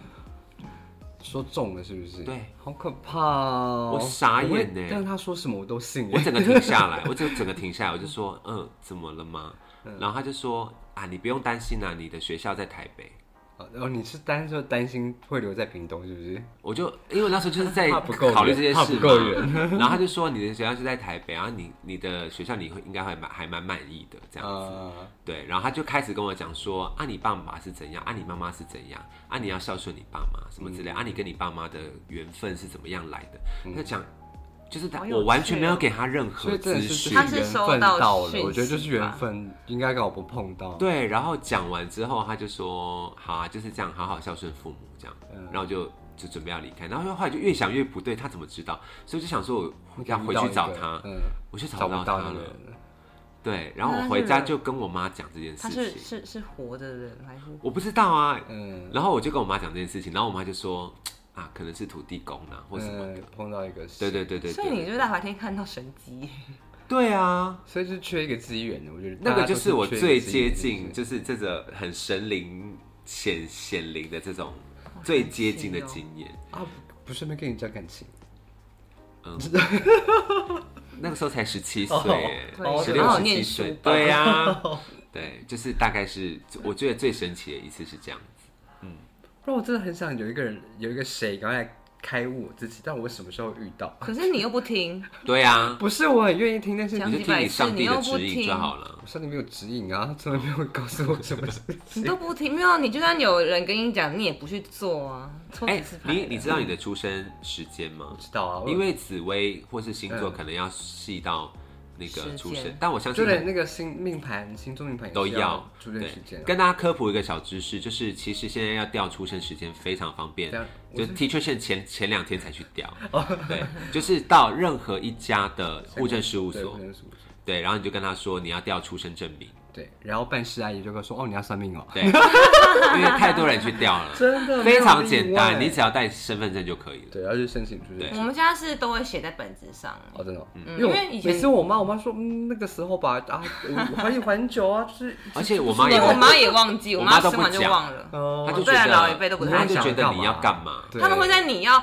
C: 说中了是不是？
A: 对，
C: 好可怕哦！
A: 我傻眼
C: 我会
A: 呢
C: 但是他说什么我都信欸
A: 我
C: 耶。
A: 整 个停下来，我就整个停下来，我就说：“嗯，怎么了吗？”
C: 嗯
A: 然后他就说：“啊，你不用担心啦、你的学校在台北。”
C: 然哦后你是担就担心会留在屏东是不是？
A: 我就因为那时候就是在
C: 怕不够远
A: 考虑这些
C: 怕
A: 事
C: 不
A: 嘛，
C: 够远
A: 然后他就说你的学校是在台北，然后你你的学校你会应该会蛮还蛮满意的这样子，
C: 啊，
A: 对，然后他就开始跟我讲说啊你爸爸是怎样，啊你妈妈是怎样，啊你要孝顺你爸妈什么
C: 嗯
A: 之类，啊你跟你爸妈的缘分是怎么样来的，他就讲就是他
B: 好有趣哦
A: 我完全没有给他任
C: 所
A: 何
C: 以真的
A: 资
C: 是
A: 讯，
C: 就是
B: 他是
C: 缘
B: 收
C: 分
B: 到
C: 到了，
B: 讯
C: 我觉得就是
B: 息
C: 缘
B: 吧
C: 分，应该刚好不碰到。
A: 对，然后讲完之后，他就说：“好啊，就是这样，好好孝顺父母这样。
C: 嗯
A: 然后就就准备要离开，然后后来就越想越不对，他怎么知道？所以我就想说我
C: 你可
A: 要
C: 能遇
A: 回
C: 到一
A: 去
C: 个
A: 找他，
C: 嗯，
A: 我就找
C: 找
A: 不到
C: 不到
A: 他
C: 那个
A: 了
C: 人。了。
A: 对，然后
B: 那
A: 我
B: 啊他
A: 回
B: 是
A: 家
B: 人
A: 就跟我妈讲这件
B: 他是
A: 事情，
B: 是是活的人还是？
A: 我不知道啊。
C: 嗯，
A: 然后我就跟我妈讲这件事情，然后我妈就说：“啊，可能是土地公啊，或什么的。
C: 嗯碰到一个，
A: 对，对对对
B: 所以你
A: 对，
B: 就是大白天看到神机，
A: 对啊，
C: 所以就是缺一个机缘的，我觉得
A: 那
C: 大
A: 个
C: 家
A: 就
C: 都
A: 是我
C: 缺一个
A: 最
C: 机
A: 接
C: 缘
A: 近，
C: 的
A: 就是这个很神灵显显灵的这种
B: 哦
A: 最接近的 经验。
C: 啊，不顺便跟你讲感情，
A: 嗯，那个时候才十七岁
C: 哦
A: 耶，十
B: 对好
A: 六
B: 好
A: 十七
B: 念书
A: 岁，
B: 吧
A: 对呀、 对，就是大概是我觉得最神奇的一次是这样子，
C: 不然我真的很想有一个人，有一个谁赶快来开悟我自己，但我什么时候遇到？
B: 可是你又不听，
A: 对呀、啊，
C: 不是我很愿意听，但是
B: 讲
A: 你
C: 我
A: 就听你上帝的指
B: 你又不
A: 引
B: 听
A: 就好了。
C: 上帝没有指引啊， 从来没有告诉我什 么事
B: 你
C: 情。
B: 都不听，没有你就算有人跟你讲，你也不去做啊，抽
A: 哎、
B: 几次牌
A: 你
B: 了。
A: 你知道你的出生时间吗
C: 我？知道啊，我
A: 因为紫薇或是星座
C: 嗯
A: 可能要细到那个
B: 时
A: 出
B: 间
A: 生，但我相信
C: 就连那个星命盘、星座命盘也
A: 都
C: 是
A: 要
C: 要出生时间啊。
A: 跟大家科普一个小知识，就是其实现在要调出生时间非常方便
C: 对啊，
A: 就 Teacher 线前前两天才去调，
C: 哦
A: 对，就是到任何一家的户政事务
C: 对
A: 所
C: 户，政事务所
A: 对，然后你就跟他说你要调出生证 明，
C: 对，然后办事阿姨就跟我说：“哦，你要算命哦。
A: 对，因为太多人去调了，
C: 真的
A: 非常简单，
C: 没有例外
A: 你只要带身份证就可以”了。
C: 对，然后就申请出生
A: 对
B: 我们家是都会写在本子上，
C: 哦，真的哦，
B: 嗯
C: 因为我
B: 因为以前
C: 每次我妈，我妈说，嗯，那个时候吧，啊，我怀疑很久 啊，就是，
A: 而且我
B: 因
A: 妈也
B: 为我
A: 会，
B: 妈也忘记，
A: 我
B: 我
A: 妈
B: 妈
A: 都
B: 生
A: 不
B: 完就
A: 讲嗯
B: 忘了，
C: 哦
A: 她就觉
B: 对啊
A: 得
B: 老一辈都不太
A: 她就觉得
C: 想
A: 你要干嘛？
C: 对
B: 他们会在你要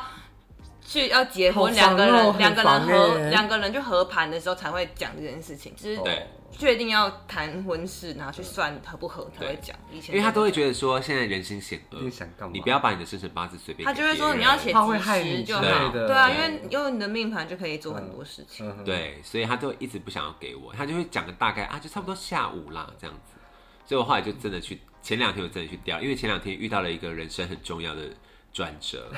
B: 去要结
C: 好
B: 婚，两个
C: 烦哦
B: 人两个人
C: 很烦
B: 合
C: 欸
B: 两个人就合盘的时候才会讲这件事情，就是
C: 哦
A: 对
B: 确定要谈婚事，然后去算合不合才会讲。以前
A: 因为她都会觉得说现在人心险恶
C: 你想干嘛，
A: 你不要把你的生辰八字随便
B: 他
A: 给
B: 就会说
A: 别
B: 你要
A: 人
B: 写
C: 怕会
B: 几
C: 害你
B: 十就
A: 之类
B: 好，
C: 的
B: 对啊，
A: 对
B: 因为用你的命盘就可以做很多事情。
C: 嗯哼，
A: 对，所以他都一直不想要给我，他就会讲个大概啊，就差不多下午啦这样子。所以我后来就真的去，前两天我真的去调，因为前两天遇到了一个人生很重要的转 折。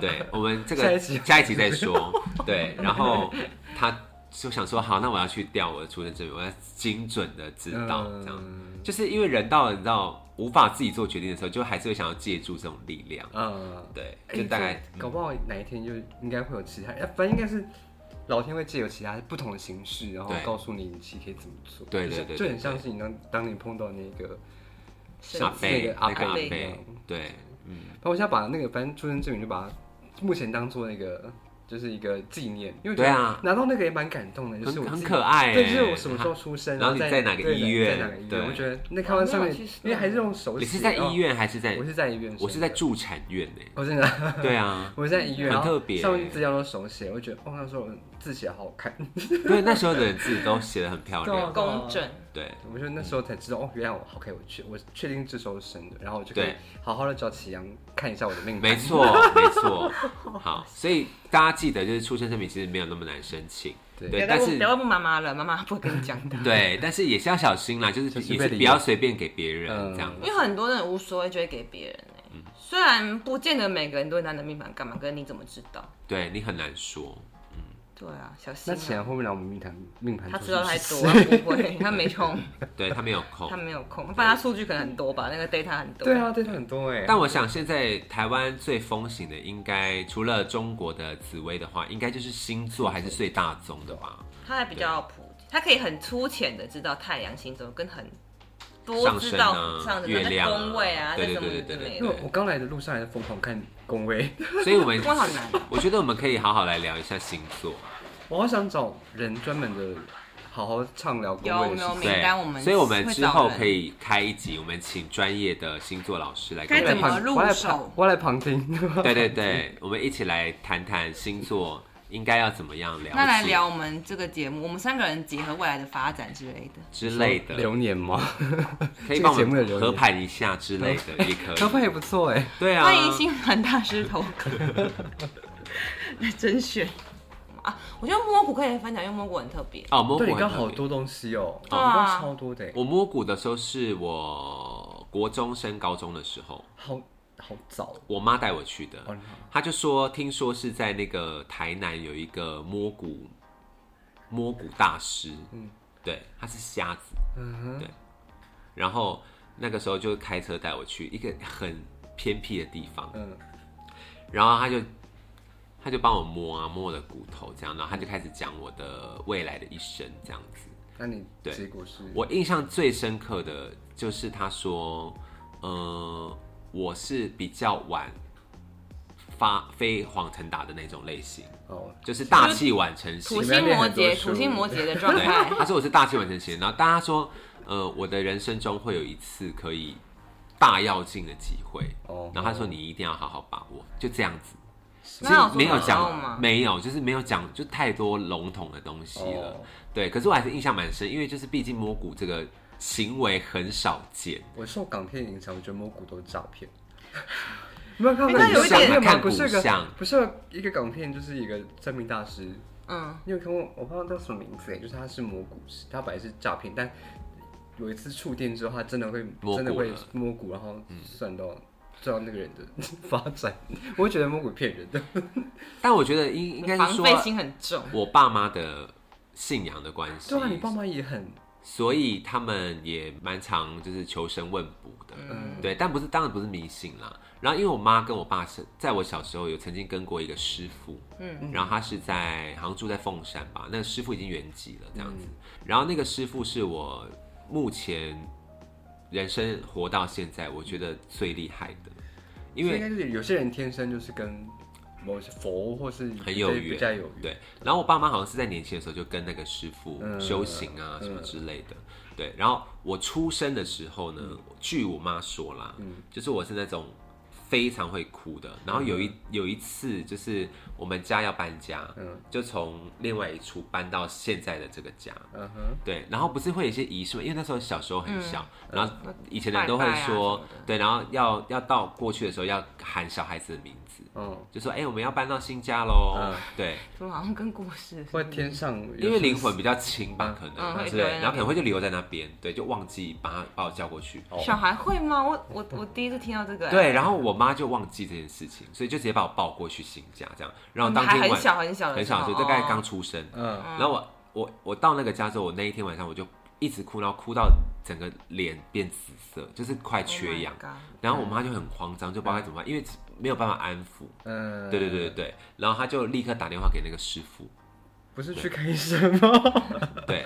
A: 对我们这个
C: 下一集
A: 下一集再 说。对，然后他就想说，好，那我要去调我的出生证明，我要精准的知道、这样。
C: 嗯
A: 就是因为人到了你知道无法自己做决定的时候，就还是会想要借助这种力量。
C: 嗯，
A: 对，
C: 哎
A: 就大概、嗯
C: 这搞不好哪一天就应该会有其他，哎反正应该是老天会借由其他不同的形式，然后
A: 对
C: 告诉你你其实可以怎么做，
A: 对对
C: 就是
A: 对对
C: 就很像是你当当你碰到那个，
B: 是
A: 阿嗯贝
C: 那个阿
A: 那个阿
B: 贝
A: 贝，对，嗯。
C: 反正我现在把那个反正出生证明就把它目前当做那个就是一个纪念，因为我觉
A: 对
C: 得
A: 啊
C: 拿到那个也蛮感动的，就是
A: 很
C: 我
A: 很
C: 自己
A: 可爱、欸，
C: 对，就是我什么时候出生，
A: 然后你
C: 在
A: 在哪个
C: 对
A: 医院
C: 在哪个医
A: 对
C: 院，我觉得那看完上
B: 我
C: 面
B: 哦没有去，啊
C: 因为还是用手
A: 你
C: 写。
A: 是在医院还是在
C: 哦然后？我是在医院，
A: 我是在，助产院呢、
C: 我真的，，
A: 对啊
C: 我是在医院，
A: 很
C: 然后
A: 特别
C: 上面资料都手写，我觉得哦，那时候字写好好看，
A: 对，那时候的字都写的很漂亮。
C: 对啊
B: 公正，
A: 对，
C: 我觉得那时候才知道哦，原来我好可以，我确我确定这时候生的，然后我就可以
A: 对
C: 好好的找启阳看一下我的命盘。
A: 没错，没错。好，所以大家记得，就是出生证明其实没有那么难申请，
C: 对
B: 不
A: 对，
B: 要再
A: 但
B: 问
A: 是。
B: 不要再问妈妈了，妈妈不会跟你讲 的
A: 对，但是也是要小心啦，就是
C: 就是
A: 也
C: 被
A: 是
C: 利
A: 不要
C: 用
A: 随便给别人
C: 嗯
A: 这样。
B: 因为很多人无所谓就会给别人、欸
A: 嗯
B: 虽然不见得每个人都会拿你的命盘干嘛，跟你怎么知道？
A: 对你很难说，
B: 对啊，小心、
C: 那
B: 啊。
C: 显然会不会拿我们命盘命盘？
B: 他知道太多， 了，不会，他没空，
A: 对他没有空
B: 他。没有空，不然他数据可能很多吧，那个 data 很多。
C: 对，啊，对他很多哎。
A: 但我想，现在台湾最风行的，应该除了中国的紫薇的话，应该就是星座还是最大宗的吧？
B: 他还比较普及，他可以很粗浅的知道太阳星座，跟很多
A: 上
B: 知
A: 升
B: 道
A: 啊
B: 上升
A: 月
B: 在
A: 亮啊
B: 宫位啊，
A: 对对
B: 在什么
A: 对
B: 之
A: 对对
B: 类
C: 因为
B: 的，
C: 我我刚来的路上还在疯狂看宫位，
A: 所以我们
B: 宫 好难哦。
A: 我觉得我们可以好好来聊一下星座。
C: 我好想找人专门的好好畅聊宫位的
B: 有
C: 事
B: 没
C: 情。
B: 名单我们
A: 所以我们
B: 会
A: 之
B: 找
A: 后
B: 人
A: 可以开一集，我们请专业的星座老师来跟我
B: 该
C: 我来
A: 们
B: 怎么
C: 旁
B: 入
C: 我来
B: 手
C: 旁我来旁听。
A: 对对对，我们一起来谈谈星座应该要怎么样了解，
B: 那来聊我们这个节目，我们三个人结合未来的发展之类的。
A: 之类的，
C: 流年吗？
A: 可以
C: 这个
A: 帮我
C: 节目的
A: 们
C: 流
A: 合
C: 年
A: 盘一下之类的，也 可
C: 科
A: 以。
C: 幻也不错哎。
A: 对啊，
B: 欢迎星盘大师 投稿，来甄选啊！我觉得摸骨可以分享，因为摸骨很特别。
A: 哦，摸骨
C: 对你
A: 很
C: 刚
A: 特
C: 好
A: 别
C: 多东西哦，你
B: 对啊
C: 刚超多的欸，
A: 我摸骨的时候是我国中升高中的时候，
C: 好好早
A: 我妈带我去的
C: 哦。。
A: 她就说，听说是在那个台南有一个摸骨摸骨大师，嗯，对，他是瞎子，
C: 嗯哼，
A: 然后那个时候就开车带我去一个很偏僻的地方，
C: 嗯，
A: 然后他就他就帮我摸啊摸我的骨头这样，然后他就开始讲我的未来的一生这样子。
C: 那你
A: 对
C: 结果是
A: 我印象最深刻的就是他说，呃，我是比较晚发飞黄腾达的那种类型，
C: 哦，
A: 就是大器晚成型
B: 土。星摩羯，土星摩羯的状态
A: 对，，他说我是大器晚成型，然后大家说，呃，我的人生中会有一次可以大跃进的机会，
C: 哦
A: 然后他说你一定要好好把握，就这样子。
B: 那有说
A: 没有
B: 广
C: 哦
B: 告哦吗
A: 讲，？没有，就是没有讲，就太多笼统的东西了。
C: 哦
A: 对，可是我还是印象蛮深，因为就是毕竟摸骨这个行为很少见。
C: 我受港片影响，我觉得摸骨都是诈骗。没有看
B: 哎那有一点
C: 港片吗？
A: 看
C: 不是有
A: 骨像
C: 个，不是有一个港片，就是一个算命大师。
B: 嗯，
C: 你有看过？我不知道叫什么名字，欸就是他是摸骨师，他本来是诈骗，但有一次触电之后，他真的会
A: 摸骨
C: 真的会
A: 了嗯
C: 摸骨，然后算到算到那个人的 发展。我会觉得摸骨骗人的。
A: 但我觉得应应该是
B: 防
A: 说，
B: 备心很重。
A: 我爸妈的信仰的关系，
C: 对啊，你爸妈也很
A: 所以他们也蛮常就是求神问卜的。
C: 嗯
A: 对，但不是，当然不是迷信啦。然后，因为我妈跟我爸是在我小时候有曾经跟过一个师傅，嗯，然后他是在好像住在凤山吧，那个师傅已经圆寂了这样子。然后那个师傅是我目前人生活到现在我觉得最厉害的，因
C: 所
A: 为
C: 以应该是有些人天生就是跟某些佛或是
A: 很有缘，
C: 比较有缘。
A: 对，然后我爸妈好像是在年轻的时候就跟那个师傅
C: 嗯
A: 修行啊、什么之类的。对，然后我出生的时候呢，
B: 嗯
A: 据我妈说啦，就是我是那种非常会哭的。然后有
B: 嗯
A: 一、有一次就是我们家要搬家，
C: 嗯
A: 就从另外一处搬到现在的这个家。
C: 嗯哼，
A: 对，然后不是会有一些仪式吗？因为那时候小时候很小，然后以前
B: 拜
A: 人都会
B: 嗯拜
A: 说，
B: 啊什么的
A: 对，然后要要到过去的时候要喊小孩子的名字，
C: 嗯，
A: 就说：“哎、我们要搬到新家喽。
C: 嗯
A: 对，
B: 怎么好像跟故事似
C: 或
B: 的？
C: 天上
A: 因为灵魂比较轻吧，可
B: 嗯
A: 能
B: 会
A: 之类的，
B: 留在那边
A: 然后可能会就留在那边，对，就忘记把他把我叫过去。
B: 小孩会吗？我我我第一次听到这个、欸。
A: 对，然后我妈就忘记这件事情，所以就直接把我抱过去新家这样。然后
B: 你
A: 当
B: 嗯还
A: 天
B: 很
A: 晚
B: 小很小的
A: 很
B: 时候，哦 Oh
A: 小，就大概刚出生。
C: 嗯
A: 然后我我我到那个家之后，我那一天晚上我就一直哭，然后哭到整个脸变紫色，就是快缺氧。
B: Oh my god
A: 然后我妈就很慌张，就不知道该怎么办，因为没有办法安抚。
C: 嗯，
A: 对对对对，对，然后她就立刻打电话给那个师傅。
C: 不是去看医生吗？
A: 对，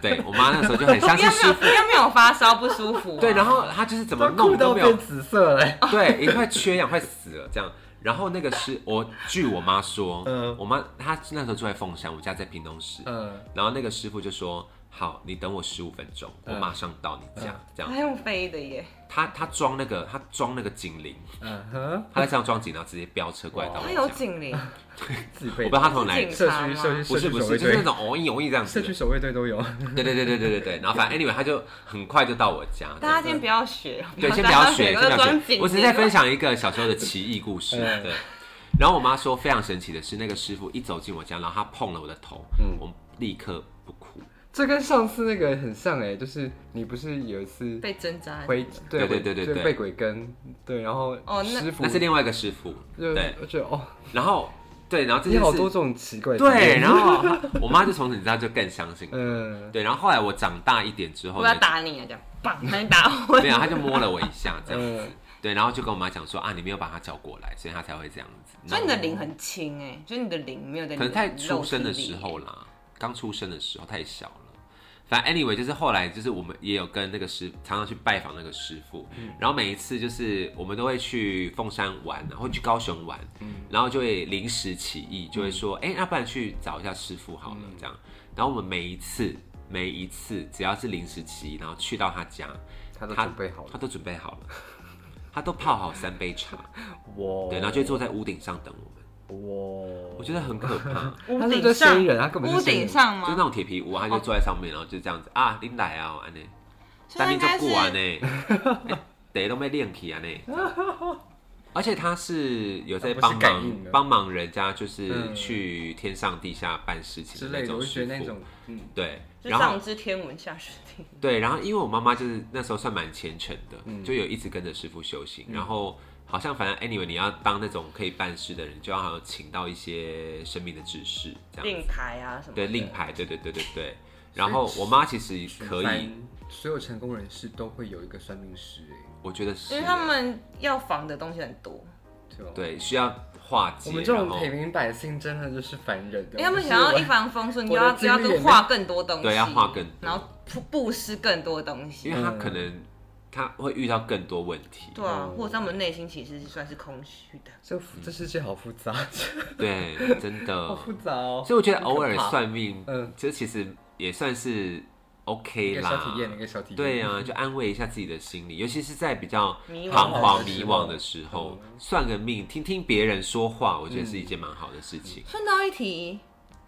A: 对我妈那时候就很相
B: 不
A: 信
B: 要
A: 师
B: 没有，不要没有发烧不舒服、啊。
A: 对，然后他就是怎么
C: 都
A: 弄
C: 哭
A: 都
C: 到
A: 没有
C: 变，紫色了欸。
A: 对，也快缺氧，快死了这样。然后那个是我据我妈说，
C: 嗯
A: 我妈她那时候住在凤山，我家在屏东市，
C: 嗯，
A: 然后那个师傅就说。好，你等我十五分钟，我
C: 嗯
A: 马上到你家。这样，
B: 还用飞的耶，
A: 他他装那个，他装那个警铃，
C: 嗯哼，
A: 他在上装警，然后直接飙车过来到我
B: 他
A: 家。
B: 有
A: 我
B: 警铃，
C: 自己
A: 不
C: 配
A: 知道他从哪
B: 是
A: 里
B: 警，
C: 社区社区
A: 不是
C: 社
A: 不
C: 区守
A: 是，
C: 卫
A: 就是那
C: 队，
A: 种哦一哦一这样子
C: 社
A: 的
C: 区。守卫队都有。
A: 对对对对对对对。然后反正 anyway，他就很快就到我家。这
B: 大
A: 样
B: 家今天不要学，
A: 对，先不要
B: 大家
A: 学，
B: 每
A: 先
B: 个
A: 不
B: 都
A: 要
B: 装
A: 学。
B: 警
A: 我只是在
B: 铃
A: 分享一个小时候的奇异故事，
C: 嗯
A: 对。然后我妈说非常神奇的是，那个师傅一走进我家，然后他碰了我的头，嗯，我立刻不哭。
C: 这跟上次那个很像哎、就是你不是有一次
B: 被针扎。
C: 回对
A: 对对对
C: 就
A: 对
C: 被鬼跟对，然后
B: 哦那
C: 师傅
A: 那是另外一个师傅，
C: 就
A: 对，
C: 我觉得哦，
A: 然后对，然后这
C: 你
A: 件
C: 好
A: 事
C: 多这种奇怪的经
A: 对，
C: 验
A: 然后她我妈就从此你知道就更相信，
C: 嗯，
A: 对，然后后来我长大一点之后
B: 我
A: 呢，
B: 要打你啊！这样，棒，他就打 我。
A: 没有，她就摸了我一下这样子，
C: 嗯
A: 对，然后就跟我妈讲说啊，你没有把她叫过来，所以她才会这样子。
B: 所以你的灵很轻哎，就是你的灵没有在你
A: 可能
B: 的
A: 在
B: 肉
A: 出
B: 体
A: 生的
B: 里
A: 时候啦，刚出生的时候太小了。反正 anyway，就是后来就是我们也有跟那个师常常去拜访那个师傅，
C: 嗯
A: 然后每一次就是我们都会去凤山玩，然后去高雄玩，
C: 嗯
A: 然后就会临时起意，就会说，哎、那不然去找一下师傅好了，
C: 嗯
A: 这样。然后我们每一次每一次只要是临时起意，然后去到他家，
C: 他都准备好了
A: 他，都准备好了，他都泡好三杯 茶，
C: 哇，
A: 对，然后就坐在屋顶上等我们，
C: 哇，
A: 我觉得很可 怕。
B: 屋
C: 他是
B: 顶
C: 个
B: 上
C: 仙人他根本是
B: 屋
C: 仙人
B: 顶上
A: 就那
B: 吗？哦
A: 种铁皮屋，他就坐在上面，然后就这样子啊，你来啊，安尼，
B: 所
A: 但
B: 以
A: 你
B: 应
A: 就
B: 该
A: 过啊欸安
B: 是
A: 尼， 哎得都没练起安 尼。这样而且他是有在
C: 啊不是
A: 帮
C: 感
A: 忙
C: 应的
A: 帮忙人家，就是
C: 嗯
A: 去天上地下办事情
C: 之
A: 的
C: 类
A: 那
C: 的，我
A: 种
C: 就觉
A: 师
C: 得那
A: 傅
C: 种。嗯，
A: 对，
B: 就
A: 然后
B: 上知天文下 知地理，
A: 对，然后因为我妈妈就是那时候算蛮虔诚的，
C: 嗯
A: 就有一直跟着师傅修行，然后。好像反正 anyway，你要当那种可以办事的人，就要好像请到一些生命的指示，这样
B: 令
A: 子。
B: 牌啊什么的。
A: 对，令牌，对对对对对。然后我妈其实可以，，
C: 所有成功人士都会有一个算命师哎，
A: 我觉得是
B: 因为他们要防的东西很多，
C: 对吧？
A: 对需要化解，
C: 我们这
A: 然
C: 种
A: 后
C: 平民百姓真的就是凡人，
B: 因为他们想要一帆风顺，你就
C: 我
B: 要
C: 的
B: 就要
C: 经历也
B: 跟
C: 没
B: 画更多东西，
A: 对要画更多
B: 然后布布施更多东
A: 因
B: 西，
A: 为他
C: 嗯
A: 可能他会遇到更多问题，
B: 对
C: 哦
B: 啊，或者他们内心其实是算是空虚的。
C: 这这世界好复杂，
A: 对，真
C: 好
A: 的。
C: 复杂
A: 嗯
C: 哦。
A: 所以我觉得偶尔
C: 很可怕
A: 算命，
C: 嗯
A: 这其实也算是 OK
C: 一个
A: 啦，
C: 小体验，一个小体验，
A: 对啊，就安慰一下自己的心理，尤其是在比较
B: 迷惘
A: 彷徨
C: 的
A: 迷
C: 时
A: 惘
C: 候
A: 的时候，
C: 嗯
A: 算个命，听听别人说话，我觉得是一件蛮好的事情。
C: 嗯
B: 顺道一提，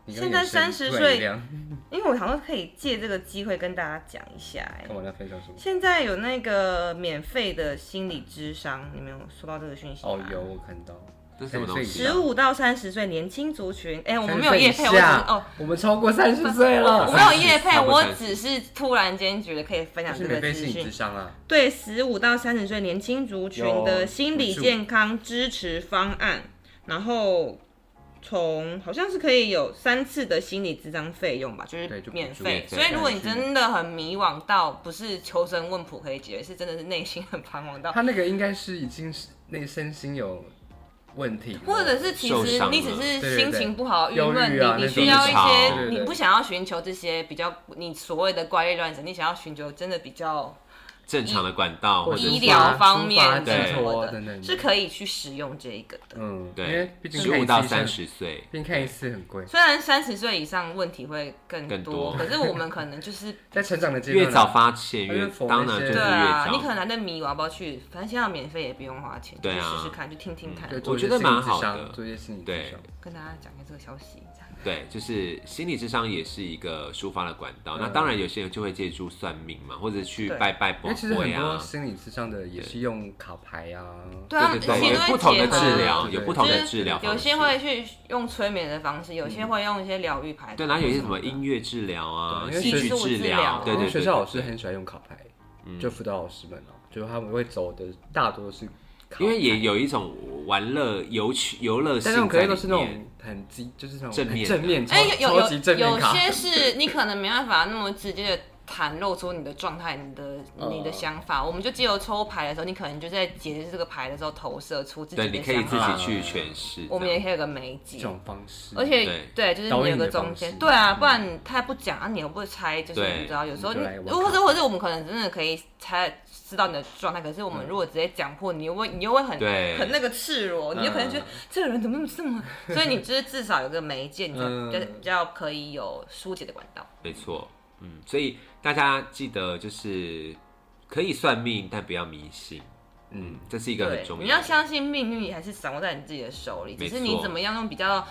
C: 你
B: 现
C: 跟
B: 在
C: 眼神
B: 30
C: 突然
B: 岁
C: 一亮
B: 因为我想说可以借这个机会跟大家讲一下、哎
C: 看我在分享什么？
B: 现在有那个免费的心理智商，你们有收到这个讯息吗？
C: 哦，有我看到，
A: 这是什么
C: 哎
A: 东西
B: 十
A: 啊？
B: 五到三十岁年轻族群，哎、我
C: 我
B: 们没有业配，我只是哦，，
C: 我们超过三十岁了，
B: 我没有业配，
A: 差不多
B: 我
A: 30
B: 只是突然间觉得可以分享
C: 是
B: 这
C: 免
B: 个
C: 费
B: 资
C: 心理智
B: 讯。
C: 商啊，
B: 对十五到三十岁年轻族群的心理健康支持方案，然后从好像是可以有三次的心理咨商费用吧，就是
C: 对就
B: 免
C: 就
B: 费
A: 免。费
B: 所以如果你真的很迷惘到不是求神问卜可以解决，是真的是内心很彷徨到，
C: 他那个应该是已经是那身心有问题了，
B: 或者是其
A: 受
B: 实
A: 伤
B: 你
A: 了
B: 只
C: 对
B: 是
C: 对
B: 心情不好、郁
C: 忧
B: 闷，
C: 郁啊
B: 你
C: 那
B: 你
C: 种
B: 需要一
A: 低
B: 些
C: 潮，
B: 你不想要寻求这些比较你所谓的怪力乱神，你想要寻求真的比较
A: 正常的管道或者
B: 医
A: 是
B: 疗方面
C: 抒
B: 的
C: 发
A: 寄
B: 什
C: 托
B: 么
C: 等等
B: 的，是可以去使用这一个的。
C: 嗯，因为
A: 对
C: 毕，竟
A: 十
C: 看一
A: 五
C: 次
A: 到
C: 医生
A: 三，十岁，
C: 毕竟看一次很贵，
B: 虽然三十岁以上问题会更
A: 更多
B: 可是我们可能 就是
C: 在成长的阶段啊，
A: 越早发现
C: 他就
A: 越
C: 缝
A: 当
C: 那
A: 然
C: 些
A: 就是
B: 对
A: 越
B: 啊，你可
A: 早。
B: 能还在迷惘，要不要去？反正现在免费也不用花钱，
A: 对啊
B: 去试试看，去听听看。
C: 对，
A: 我觉得蛮好的
C: 做一些心理
A: 对
C: 智商，
B: 跟大家讲一下这个消息，这样。
A: 对，就是心理智商也是一个抒发的管道。那当然，有些人就会借助算命嘛，或者去
B: 对
A: 拜拜
C: 嗯因
A: 卜
C: 为其实很
A: 卦
C: 多
A: 啊，
C: 心理智商的也是用卡牌啊，
B: 对啊，
A: 对
B: 其
A: 对
B: 实
A: 对，
B: 都
A: 有
B: 会
A: 不同的
B: 结合啊
A: 治疗，
C: 对
A: 有
C: 对
A: 不同的治疗
B: 有
A: 方式
B: 些会去用催眠的方式，有些会用一些疗愈牌。
A: 嗯对，然后有些什么音乐治疗啊、
C: 对因为
A: 戏剧
B: 嗯学术
A: 治
B: 治
A: 疗
B: 疗，
A: 对
C: 因
A: 对
C: 为
A: 对，
C: 学校老
A: 对嗯
C: 师很喜欢用卡牌，就辅导老师们啊，就是他们会走的大多是卡牌，
A: 因为也有一种玩乐、游趣、游乐性
C: 但
A: 在里面，
C: 那种可能都是那种很激，就是那种
A: 正面
C: 很
A: 的
C: 正面，超
B: 哎，有有
C: 超级正
B: 有
C: 面
B: 有
C: 卡，
B: 些是你可能没办法那么直接的袒露出你的状态、你的
A: 嗯
B: 你的想法。我们就借由抽牌的时候，你可能就在解释这个牌的时候投射出自己
A: 对，你
B: 的
A: 可以
B: 想
A: 自
B: 法。
A: 己去诠释。
B: 我们
A: 这
B: 也
A: 样
B: 可以有个媒介
C: 这，种方式，
B: 而且
A: 对
B: 对，就是
C: 嗯导
B: 你
C: 引
B: 有个
C: 的方
B: 中间
C: 式，嗯
B: 对啊，不然他不讲啊，你又不猜，就是
A: 对
B: 你知道，有时候
C: 你
B: 你呃
C: 就来玩卡
B: 或者或者我们可能真的可以猜知道你的状态，可是我
C: 嗯
B: 们如果直接讲破，你又会你又会很
A: 对
B: 很那个赤裸，你有可能觉得
C: 嗯
B: 这个人怎么这么，所以你就是至少有个媒介，你才
C: 嗯
B: 比较比较可以有疏解的管道。
A: 没错，嗯，所以大家记得就是可以算命，但不要迷信，嗯，这是一个很
B: 对
A: 重，要的。
B: 你要相信命运还是掌握在你自己的手里，
A: 没
B: 只
A: 错
B: 是你怎么样用比较。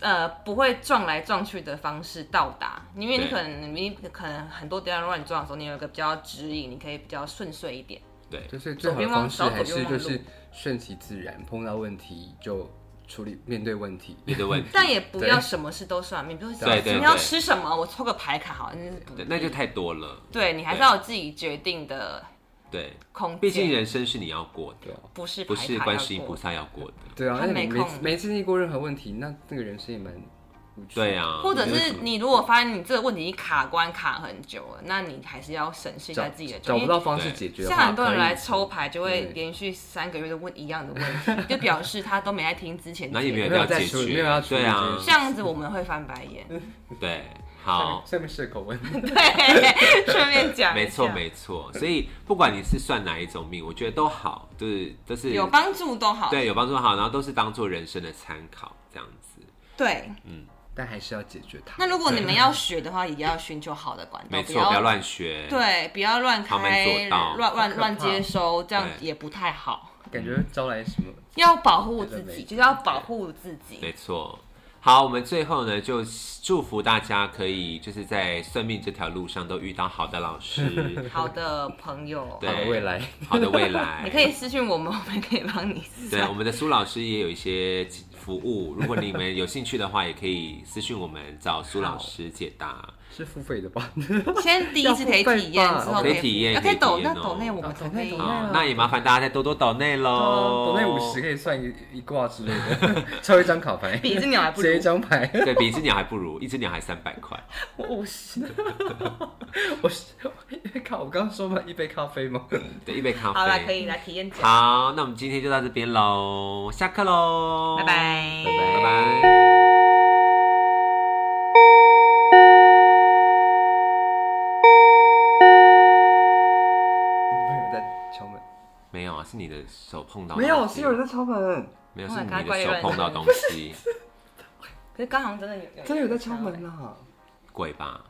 B: 呃，不会撞来撞去的方式到达，因为你
A: 对
B: 可能你可能很多地方乱撞的时候，你有一个比较指引，你可以比较顺遂一点。
A: 对
C: 就是最好的方式还是就是顺其自然，碰到问题就处理面对问题。
A: 面对问 题，
B: 但也不要什么事都算命，比如说
A: 对对
B: 你要
A: 对
B: 吃什么，我抽个牌卡好，那是不
A: 对，那就太多了。
B: 对你还是要有自己决定的
A: 对，
B: 空间，
A: 毕竟人生是你要过的，
C: 对啊，
B: 不是
A: 不
B: 牌卡
A: 是
B: 要
A: 观世音
B: 过
A: 菩萨要过的。
C: 对啊，
B: 他
C: 那
B: 没
C: 你没
B: 空
C: 没经历过任何问题，那那个人生也蛮无趣的。
A: 对啊，
B: 或者
A: 我觉得
B: 是
A: 什么
B: 你如果发现你这个问题已经卡关卡很久了，那你还是要审视一下
C: 找
B: 自己的决
C: 找
B: 定。
C: 不到方式解决的话，
B: 像很多人
C: 可以
B: 来抽牌，就会
C: 对
B: 连续三个月都问一样的问题，就表示他都没在听之前
A: 那
B: 的
A: 也
B: 节
A: 没有
B: 目。
C: 没有
A: 要
C: 在
A: 解
C: 处理
A: 决，
C: 没有要处理
A: 对啊
C: 这，
B: 这样子我们会翻白 眼。
A: 对，好，
C: 下面是口问，
B: 对，顺便讲一
A: 没错
B: 下
A: 没错。所以不管你是算哪一种命，我觉得都好，就是都是
B: 有帮助都好。
A: 对有帮助好，然后都是当做人生的参考这样子。
B: 对
C: 但还是要解决它。
B: 那如果你们要学的话，也要寻求好的管道，
A: 没错，不要乱学。
B: 对，不要乱
A: 旁门
B: 开，
A: 左道
B: 乱乱
C: 好可
B: 乱
C: 怕
B: 接收，这样
A: 对
B: 也不太好。
C: 感
A: 嗯
C: 觉招来什么？
B: 要保护自
C: 真的
B: 己，
C: 没
B: 就是要保护自己。，
A: 没错。好，我们最后呢，就祝福大家可以就是在算命这条路上都遇到好的老师
B: 好的朋友，
A: 对
C: 好的 未来，
A: 好的未来。
B: 你可以私信我们，我们可以帮你私
A: 对，我们的苏老师也有一些服务，如果你们有兴趣的话，也可以私信我们找苏老师解答。
C: 是付费的吧？
B: 先第一次可以体验，之后
A: 可以体验
B: 要可以
A: 可以
B: 抖
A: 体验
B: 那
A: 哦
B: 抖内我们抖内
C: 抖内
A: 好
C: 啊，
A: 那也麻烦大家再多多抖内喽，
C: 国内五十，可以算一一卦之类的， 抽一张卡牌，
B: 比这鸟还不如
C: 接一张牌。
A: 对比一只鸟还不如，一只鸟还三百块。
C: 我五十， 我是靠！我刚刚说嘛，一杯咖啡吗？
A: 对，一杯咖啡。
B: 好了，可。以来体验讲，
A: 好，那我们今天就到这边喽，下课喽，
B: 拜拜，
A: 拜拜。
C: 没有人在敲门，
A: 没有啊，是你的手碰到东西
C: 没有，是有人在敲门，
A: 没有是
B: 我
A: 你
B: 来看怪
A: 的手
B: 人
A: 碰到东西，
B: 可是刚好像真的有，
C: 真的有在敲门。啊！
A: 鬼吧？